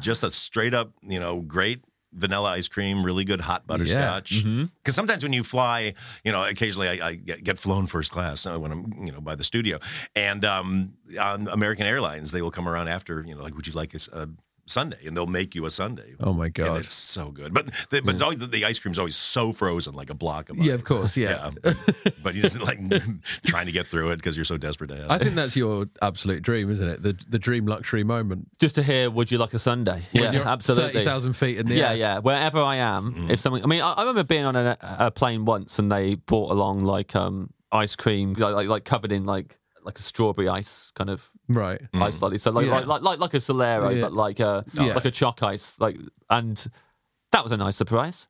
C: just a straight up, you know, great vanilla ice cream, really good hot butterscotch. Because
A: Mm-hmm.
C: sometimes when you fly, you know, occasionally I, I get get flown first class uh, when I'm, you know, by the studio. And um, on American Airlines, they will come around after, you know, like, would you like a, s- a Sunday? And they'll make you a Sunday.
A: Oh my
C: And
A: god.
C: it's so good, but the, but it's always, the ice cream's always so frozen, like a block of ice.
A: Yeah, of course. Yeah.
C: Yeah. but you're just like trying to get through it because you're so desperate to have
A: I
C: it.
A: think that's your absolute dream, isn't it? The the dream luxury moment.
B: Just to hear, would you like a Sunday? Yeah,
A: Thirty
B: absolutely.
A: thousand Mm. feet in the
B: Yeah,
A: air.
B: yeah. Wherever I am, if something, I mean, I, I remember being on a, a plane once and they brought along like um ice cream, like like, like covered in like like a strawberry ice kind of
A: Right. Mm.
B: ice lolly. So like
A: Yeah.
B: like, like like like a Solero,
A: Yeah.
B: but like a
A: Yeah.
B: like a chalk ice. Like and that was a nice surprise.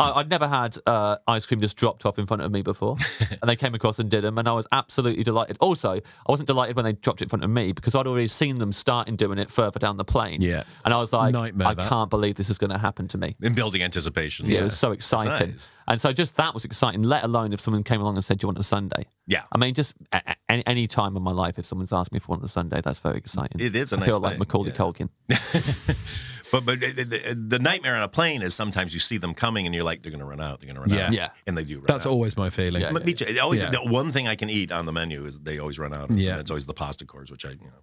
B: I, I'd never had uh, ice cream just dropped off in front of me before, and they came across and did them, and I was absolutely delighted. Also, I wasn't delighted when they dropped it in front of me because I'd already seen them starting doing it further down the plane.
A: Yeah.
B: and I was like,
A: Nightmare,
B: I
A: that.
B: can't believe this is going to happen to me.
C: in building anticipation.
B: Yeah, it was so exciting.
C: nice.
B: And so just that was exciting, let alone if someone came along and said, Do you want a Sunday?
C: Yeah.
B: I mean, just a- a- any, any time in my life, if someone's asked me if I want a Sunday, that's very exciting.
C: It is a
B: I
C: nice
B: feel like
C: thing,
B: Macaulay
C: yeah.
B: Culkin.
C: But but the, the, the nightmare on a plane is sometimes you see them coming and you're like they're going to run out. They're going to run
A: Yeah.
C: out.
B: Yeah.
C: and they do. Run
A: That's
C: out.
A: always my feeling.
B: Yeah,
C: Me- me too. It Always
A: Yeah.
C: the one thing I can eat on the menu is they always run out. Of,
A: Yeah.
C: it's always the pasta cores, which I you know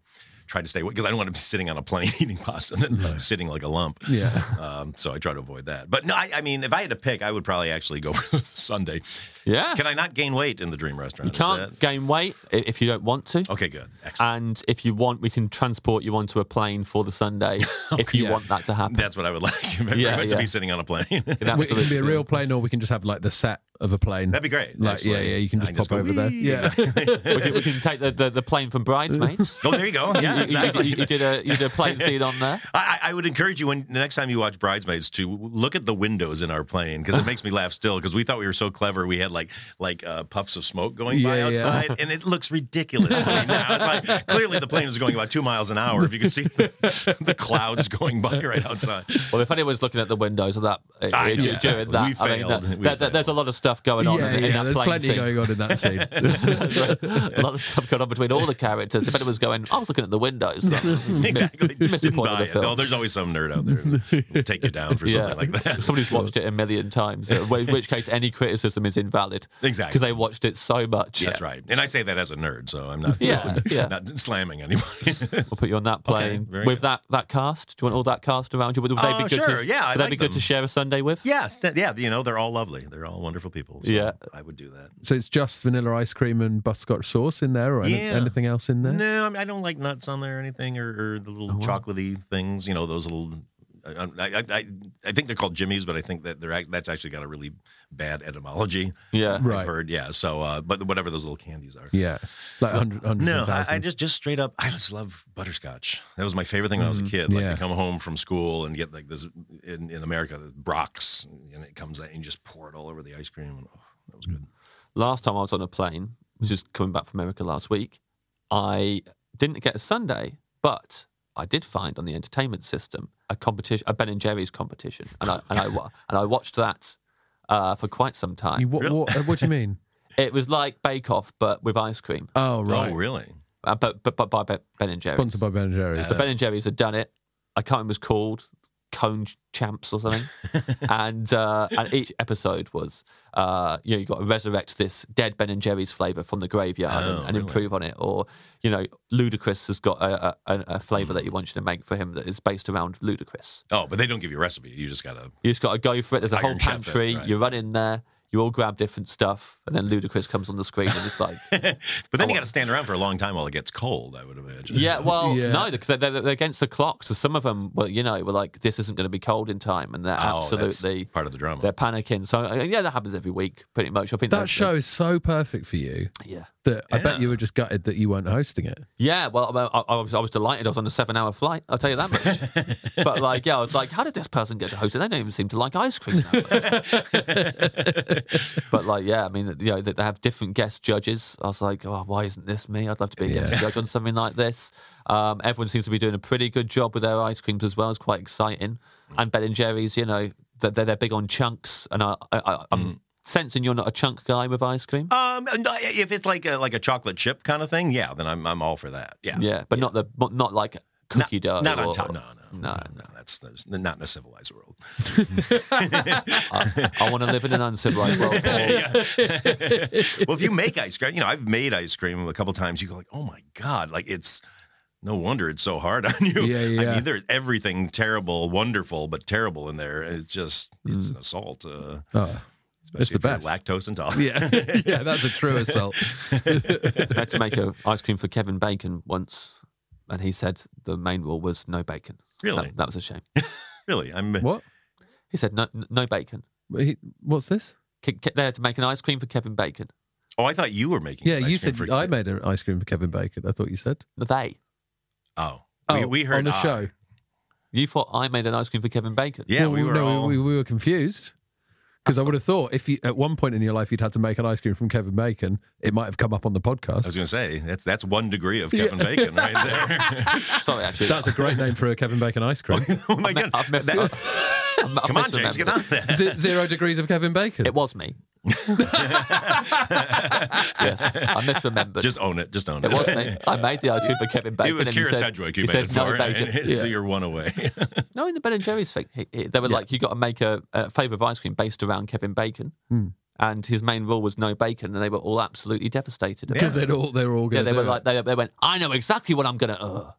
C: try to stay because I don't want to be sitting on a plane eating pasta and then sitting like a lump.
A: Yeah.
C: Um, so I try to avoid that. But no, I, I mean, if I had to pick, I would probably actually go for Sunday.
B: Yeah.
C: Can I not gain weight in the dream
B: you
C: restaurant? Is
B: can't
C: that-
B: gain weight i- if you don't want to.
C: Okay, good. Excellent.
B: And if you want, we can transport you onto a plane for the Sunday if you
A: Yeah.
B: want that to happen.
C: That's what I would like. Very
B: Yeah,
C: much
B: yeah.
C: to be sitting on a plane.
B: You can
A: We- It can be
B: absolutely
A: a
B: do
A: real
B: it.
A: plane, or we can just have like the set of a plane.
C: That'd be great.
A: Like, yeah,
C: actually.
A: yeah, you can
C: I
A: just pop
C: go,
A: over there.
C: "Wee."
A: Yeah.
B: We can, we can take the, the, the plane from Bridesmaids.
C: Oh, there you go. Yeah,
B: You- you-
C: exactly.
B: you, you did a you did a plane scene on there.
C: I, I I would encourage you when the next time you watch Bridesmaids to look at the windows in our plane because it makes me laugh still because we thought we were so clever. We had like like uh, puffs of smoke going by
A: Yeah, yeah.
C: outside, and it looks ridiculous to me now. It's like clearly the plane was going about two miles an hour if you could see the, the clouds going by right outside.
B: Well, if anyone's looking at the windows of that uh,
C: I
B: d-
C: know.
B: during
C: We
B: that, I mean,
C: failed.
B: that,
C: We
B: that- that- there's a lot of stuff going on
A: yeah,
B: in, in
A: yeah,
B: that
A: there's
B: plane
A: plenty
B: scene.
A: going on in that scene.
B: a lot of stuff going on between all the characters. If anyone's going, "Oh, I was looking at the windows.
C: Exactly.
B: Missed the
C: Didn't
B: point of
C: buy
B: the
C: it.
B: film.
C: No, there's always some nerd out there who will take you down for
B: Yeah,
C: something like that.
B: somebody's watched it a million times. uh, In which case, any criticism is invalid.
C: Exactly.
B: because they watched it so much.
C: That's right. And I say that as a nerd, so I'm not
B: Yeah, yeah.
C: not slamming anybody.
B: We'll put you on that plane
C: very
B: with that, that cast. Do you want all that cast around you? Would, would they be
C: Oh,
B: good
C: sure,
B: To,
C: yeah, I'd
B: would they
C: like
B: be good to
C: them.
B: share a Sunday with?
C: Yes, th- yeah, you know, they're all lovely. They're all wonderful people. So
B: Yeah.
C: I would do that.
A: so it's just vanilla ice cream and butterscotch sauce in there, or any-
C: Yeah.
A: anything else in Oh, there?
C: No, I, mean, I don't like nuts on there or anything, or, or the little chocolatey things. You know, those little. I, I, I, I think they're called Jimmy's, but I think that they're act- that's actually got a really bad etymology.
B: Yeah.
A: Right.
C: I've heard, yeah. So, uh, but whatever those little candies are.
A: Yeah, like hundred, hundred,
C: No, I, I just just straight up. I just love butterscotch. That was my favorite thing when I was a kid. Like
A: Mm, yeah.
C: to come home from school and get like this in, in America, the Brock's, and it comes out and you just pour it all over the ice cream. And, oh, that
A: Mm.
C: was good.
B: last time I was on a plane, which is coming back from America last week, I didn't get a Sunday, but I did find on the entertainment system a competition, a Ben and Jerry's competition, and I and I wa- and I watched that. uh, for quite some
A: You-
B: time.
A: what, what, uh, what do you mean?
B: It was like Bake Off, but with ice cream,
A: Oh, right.
C: Oh, really?
B: uh, but, but, but by Be- Ben and Jerry's.
A: Sponsored by Ben and Jerry's.
B: So Ben and Jerry's had done it. I can't remember what it's called Cone Ch- Champs or something. and uh, and each episode was uh, you know you got to resurrect this dead Ben and Jerry's flavour from the graveyard and,
C: Oh,
B: and
C: really?
B: improve on it, or you know Ludacris has got a, a- a, a
C: Hmm.
B: flavour that he wants you to make for him that is based around Ludacris.
C: Oh, but they don't give you a recipe. You just gotta.
B: You just got to go for it. There's a whole
C: Iron Chef it,
B: pantry.
C: right.
B: You run in there. You all grab different stuff, and then Ludacris comes on the screen and it's like.
C: but then you gotta stand around for a long time while it gets cold. I would imagine.
B: Oh, Yeah,
C: So-
B: well,
A: Yeah.
B: no, because they're, they're, they're against the clock. So some of them, well, you know, were like, this isn't going to be cold in time, and they're
C: Oh, that's
B: absolutely
C: part of the drama.
B: they're panicking. So uh, yeah, that happens every week, pretty much. I think
A: that
B: that's-
A: show is so perfect for you
B: Yeah,
A: that I bet
C: Yeah.
A: you were just gutted that you weren't hosting it.
B: yeah. Well, I, I, I was, I was delighted. I was on a seven-hour flight. I'll tell you that much. but like, yeah, I was like, how did this person get to host it? They don't even seem to like ice cream. That much. but like, yeah, I mean, you know, they they have different guest judges. I was like, oh, why isn't this me? I'd love to be a guest
A: Yeah.
B: judge on something like this. Um, everyone seems to be doing a pretty good job with their ice creams as well. It's quite exciting. And Ben and Jerry's, you know, they're, they're they're big on chunks, and I, I, I, I'm
A: Mm.
B: sensing you're not a chunk guy with ice cream.
C: Um, no, if it's like a, like a chocolate chip kind of thing, yeah, then I'm I'm all for that. Yeah.
B: Yeah, but not the but not like cookie dough.
C: Not
B: or-
C: on top. No, no,
B: No,
C: no, no. That's, that's not in a civilized world.
B: I, want to live in an uncivilized world. Paul.
C: well, if you make ice cream, you know, I've made ice cream a couple times. You go like, oh my god, like it's no wonder it's so hard on you.
A: Yeah,
C: I
A: yeah.
C: mean, there's everything terrible, wonderful, but terrible in there. It's just it's an assault. Uh,
A: Mm. Oh,
C: especially
A: the
C: if you're
A: best.
C: Lactose intolerant.
A: yeah. yeah, that's a true assault.
B: I had to make a ice cream for Kevin Bacon once, and he said the main rule was no bacon.
C: Really?
B: That, that was a shame.
C: really. I'm
A: What?
B: He said no n- no bacon.
A: He- What's this?
B: Ke- Ke- They had to make an ice cream for Kevin Bacon.
C: Oh, I thought you were making.
A: Yeah,
C: ice
A: you
C: cream
A: said
C: for-
A: I made an ice cream for Kevin Bacon. I thought you said.
B: No, They.
C: Oh,
A: Oh,
C: we, we heard
A: on the
C: I.
A: show.
B: You thought I made an ice cream for Kevin Bacon?
C: Yeah,
A: No,
C: we, were
A: no,
C: all.
A: we, we were confused because I would have thought if you at one point in your life you'd had to make an ice cream from Kevin Bacon, it might have come up on the
C: I was
A: podcast.
C: going to say that's that's one degree of Kevin Bacon right there.
B: Sorry, actually.
A: That's a great name for a Kevin Bacon ice cream.
C: oh my god!
B: I've messed
C: That-
B: up. I'm- I've
C: come on,
B: misremembered
C: James, get
B: it.
C: on there.
A: Is it zero degrees of Kevin Bacon?
B: It was me. yes, I misremembered.
C: Just own it. Just own it.
B: it was me. I made the ice cream for Kevin Bacon.
C: It was
B: and he
C: Kira
B: said-
C: Sedgwick who
B: he
C: made
B: said
C: it
B: no
C: for
B: bacon.
C: it. So you're one away.
B: No, in the Ben and Jerry's thing, he, he- they were like, you got to make a, a flavour of ice cream based around Kevin Bacon. And his main rule was no bacon, and they were all absolutely devastated.
A: because they'd all they were all
B: Yeah,
A: going.
B: they were like, they, they went, I know exactly what I'm going to. Uh.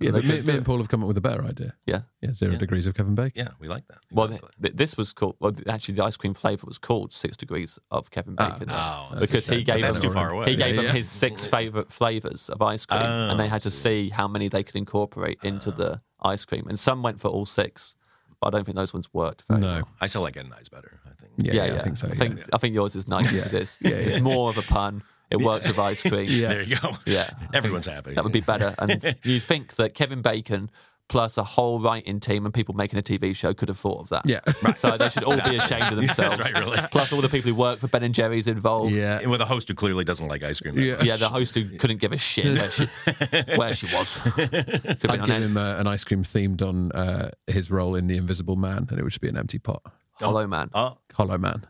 A: yeah, but me, me and Paul have come up with a better idea.
B: Yeah.
A: Yeah, zero degrees of Kevin Bacon.
C: yeah, we like that.
B: Well, th- th- this was called, well, th- actually, the ice cream flavour was called Six Degrees of Kevin Bacon.
C: oh, that's
B: because he gave
C: that's
B: them,
C: too far away.
B: He
A: Yeah,
B: gave them
A: yeah.
B: his six favourite flavours of ice cream, and they had to Oh, see Ah. how many they could incorporate into the ice cream. And some went for all six, but I don't think those ones worked. Very well.
A: No.
C: I still like Endi's better. I think.
A: Yeah, yeah, I think so.
B: I
A: yeah.
B: think, I think yours is nice because it's, it's more of a pun. It works with ice cream.
A: Yeah.
C: There you go.
B: Yeah.
C: Everyone's happy.
B: That would be better. And you think that Kevin Bacon plus a whole writing team and people making a TV show could have thought of that.
A: Yeah.
B: So they should all be ashamed of themselves.
C: right, really.
B: Plus all the people who work for Ben and Jerry's involved.
A: yeah.
C: And with a host who clearly doesn't like ice cream. that
A: Yeah.
C: much.
B: Yeah, the host who couldn't give a shit where she, where she was. Could have been
A: I'd
B: on
A: give
B: any-
A: him uh, an ice cream themed on uh, his role in The Invisible Man, and it would just be an empty pot.
B: Hollow Man.
C: Oh,
A: Hollow Man.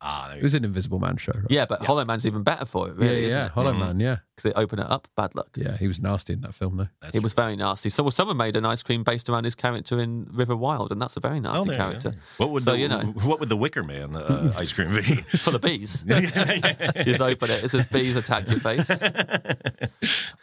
C: ah, there
A: It
C: you
A: was an Invisible Man show. Right?
B: Yeah, but Hollow Man's even better for it,
A: yeah,
B: really.
A: yeah. Hollow Man. Yeah,
B: Because they open it up, bad luck.
A: yeah. He was nasty in that film, though.
C: go. That's
B: It was very nasty. So well, someone made an ice cream based around his character in River Wild, and that's a very
C: Oh,
B: nasty
C: there you
B: character.
C: go. What would
B: so
C: the,
B: you know
C: What would the Wicker Man uh, ice cream be?
B: for the bees? Just open it. It says bees attack your face. I'm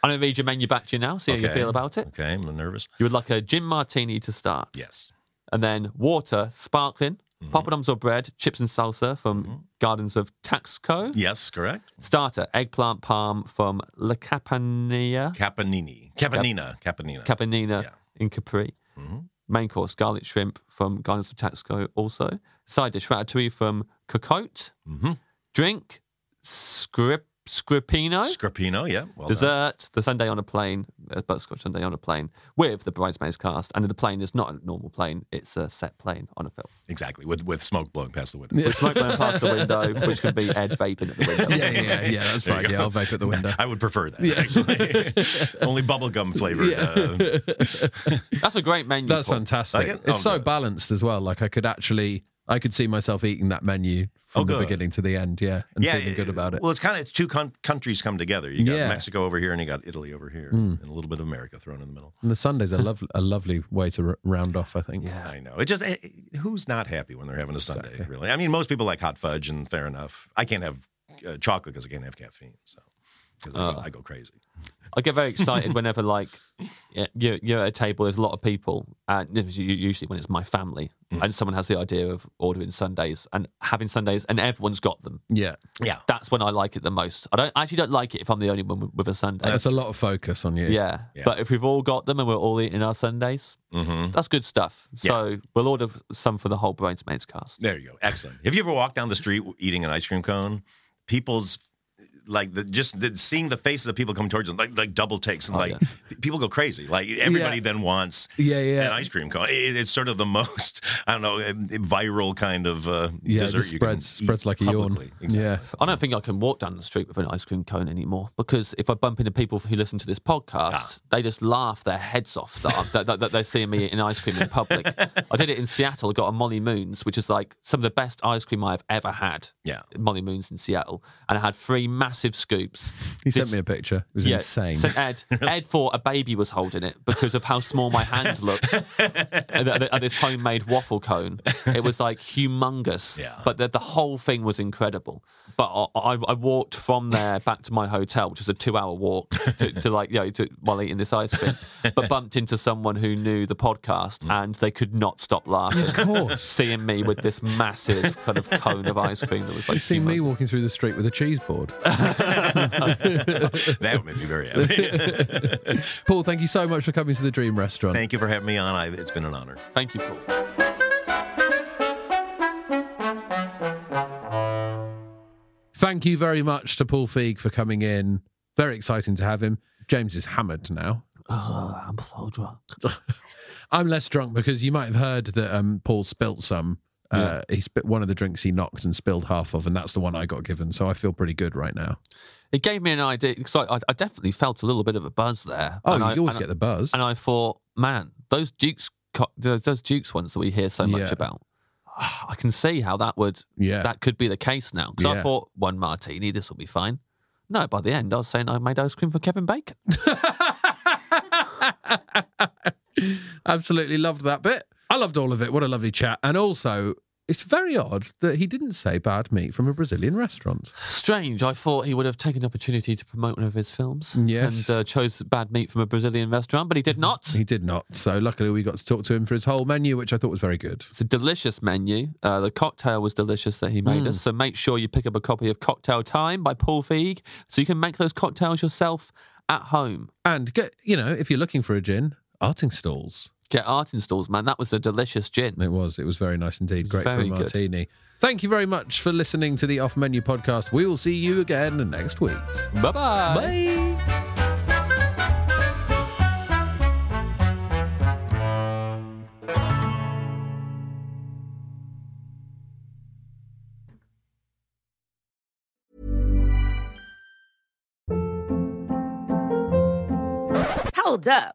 B: gonna read your menu back to you now. See how you
C: Okay.
B: feel about it.
C: okay, I'm nervous.
B: You would like a gin martini to start.
C: Yes.
B: and then water, sparkling,
C: Mm-hmm.
B: poppadoms or bread, chips and salsa from Gardens of Taxco.
C: Yes, correct.
B: Starter eggplant palm from La Capania.
C: Capanini. Capanina. Capanina.
B: Capanina
C: Yeah.
B: in Capri.
A: Mm-hmm.
B: Main course, garlic shrimp from Gardens of Taxco also. Side dish, ratatouille from Cocotte.
A: Mm-hmm.
C: Mhm.
B: Drink, scrip, scripino.
C: Scrapino. Yeah. Well uh, done.
A: uh,
B: Dessert, the Sunday on a plane, uh, butterscotch Sunday on a plane with the bridesmaids cast. And the plane is not a normal plane, it's a set plane on a film.
C: Exactly. With with smoke blowing past the window.
A: Yeah.
B: With smoke blowing past the window, which can be Ed vaping at the window.
A: yeah, yeah, yeah. That's
C: There you
A: fine.
C: go.
A: Yeah, I'll vape at the window.
C: I would prefer that. Actually, only bubblegum flavored. Uh,
B: That's a great menu.
A: That's
B: Paul.
A: fantastic.
C: Like it?
A: It's
C: I'll
A: so
C: do it.
A: balanced as well. Like I could actually I could see myself eating that menu from
C: Oh,
A: the
C: good.
A: beginning to the end, yeah, and feeling good about it.
C: Well, it's kind of two con- countries come together. You got
A: Yeah. Hmm.
C: Mexico over here, and you got Italy over here, and a little bit of America thrown in the middle.
A: and the Sunday's a, lov- a lovely way to r- round off, I think.
C: Yeah, I know. It just it, it- who's not happy when they're having a Sunday, really? I mean, most people like hot fudge, and fair enough. I can't have uh, chocolate because I can't have caffeine, so 'cause I,
A: Uh.
C: go- I go crazy.
B: I get very excited whenever like y- you're, you're at a table. There's a lot of people, and this is u- usually when it's my family,
A: Mm.
B: and someone has the idea of ordering Sundays and having Sundays, and everyone's got them.
A: Yeah.
C: Yeah,
B: That's when I like it the most. I don't I actually don't like it if I'm the only one with- with a Sunday.
A: That's a lot of focus on you.
B: yeah. but if we've all got them and we're all eating our Sundays,
A: Mm-hmm.
C: Mhm.
B: that's good stuff. So we'll order some for the whole Brains Mates cast.
C: there you go. Excellent. Have you ever walked down the street eating an ice cream cone? People's like the, just the, seeing the faces of people come towards them, like like double takes, and
B: Oh,
C: like
B: yeah.
C: people go crazy. Like everybody
A: Yeah.
C: then wants
A: Yeah, yeah.
C: an ice cream cone. It, it's sort of the most I don't know um, viral kind of uh,
A: yeah, it
C: dessert
A: just
C: you can
A: spreads
C: eat
A: spreads like a
C: publicly.
A: yawn.
C: Exactly.
A: Yeah.
B: I don't think I can walk down the street with an ice cream cone anymore because if I bump into people who listen to this podcast,
A: Ah.
B: they just laugh their heads off that, I'm- that, that, that they're seeing me eating ice cream in public. I did it in Seattle. I got a Molly Moons, which is like some of the best ice cream I've ever had.
C: Yeah.
B: Molly Moons in Seattle. And I had three massive scoops.
A: He sent me a picture. It was
B: Yeah,
A: insane.
B: St. Ed, Ed thought a baby was holding it because of how small my hand looked at, at- at this homemade waffle cone. It was like humongous,
C: Yeah.
B: but the, the whole thing was incredible. But I, I, I walked from there back to my hotel, which was a two-hour walk, to, to like you know, to, while eating this ice cream, but bumped into someone who knew the podcast, and they could not stop laughing.
A: of course.
B: Seeing me with this massive kind of cone of ice cream that was like
A: You see me
B: humongous.
A: walking through the street with a cheese board.
C: that would make me very happy.
A: Paul, thank you so much for coming to the Dream Restaurant.
C: Thank you for having me on. I, it's been an honor.
B: Thank you, Paul.
A: Thank you very much to Paul Feig for coming in. Very exciting to have him. James is hammered now.
B: Oh, I'm so drunk.
A: I'm less drunk because you might have heard that um, Paul spilt some. Uh, He spit one of the drinks he knocked and spilled half of, and that's the one I got given. So I feel pretty good right now.
B: It gave me an idea because I, I- I definitely felt a little bit of a buzz there.
A: Oh,
B: and I,
A: you always
B: and
A: get the buzz.
B: I, and I thought, man, those Dukes, co- th- those Dukes ones that we hear so much
A: Yeah.
B: about, I can see how that would
A: yeah.
B: that could be the case now. Because
A: Yeah.
B: I thought one martini, this will be fine. No, by the end, I was saying I made ice cream for Kevin Bacon.
A: Absolutely loved that bit. I loved all of it. What a lovely chat. And also, it's very odd that he didn't say bad meat from a Brazilian restaurant.
B: Strange. I thought he would have taken the opportunity to promote one of his films
A: Yes.
B: and uh, chose bad meat from a Brazilian restaurant, but he did not.
A: He did not. So luckily, we got to talk to him for his whole menu, which I thought was very good.
B: It's a delicious menu. Uh, the cocktail was delicious that he made
A: Mm.
B: us. So make sure you pick up a copy of Cocktail Time by Paul Feig so you can make those cocktails yourself at home.
A: And get you know, if you're looking for a gin, Artingstalls.
B: Get art installs, man. That was a delicious gin.
A: It was. It was very nice indeed. Great for a
B: Very good.
A: martini. Thank you very much for listening to the Off Menu podcast. We will see you again next week.
B: Bye-bye. Bye.
A: Bye.
E: Hold up.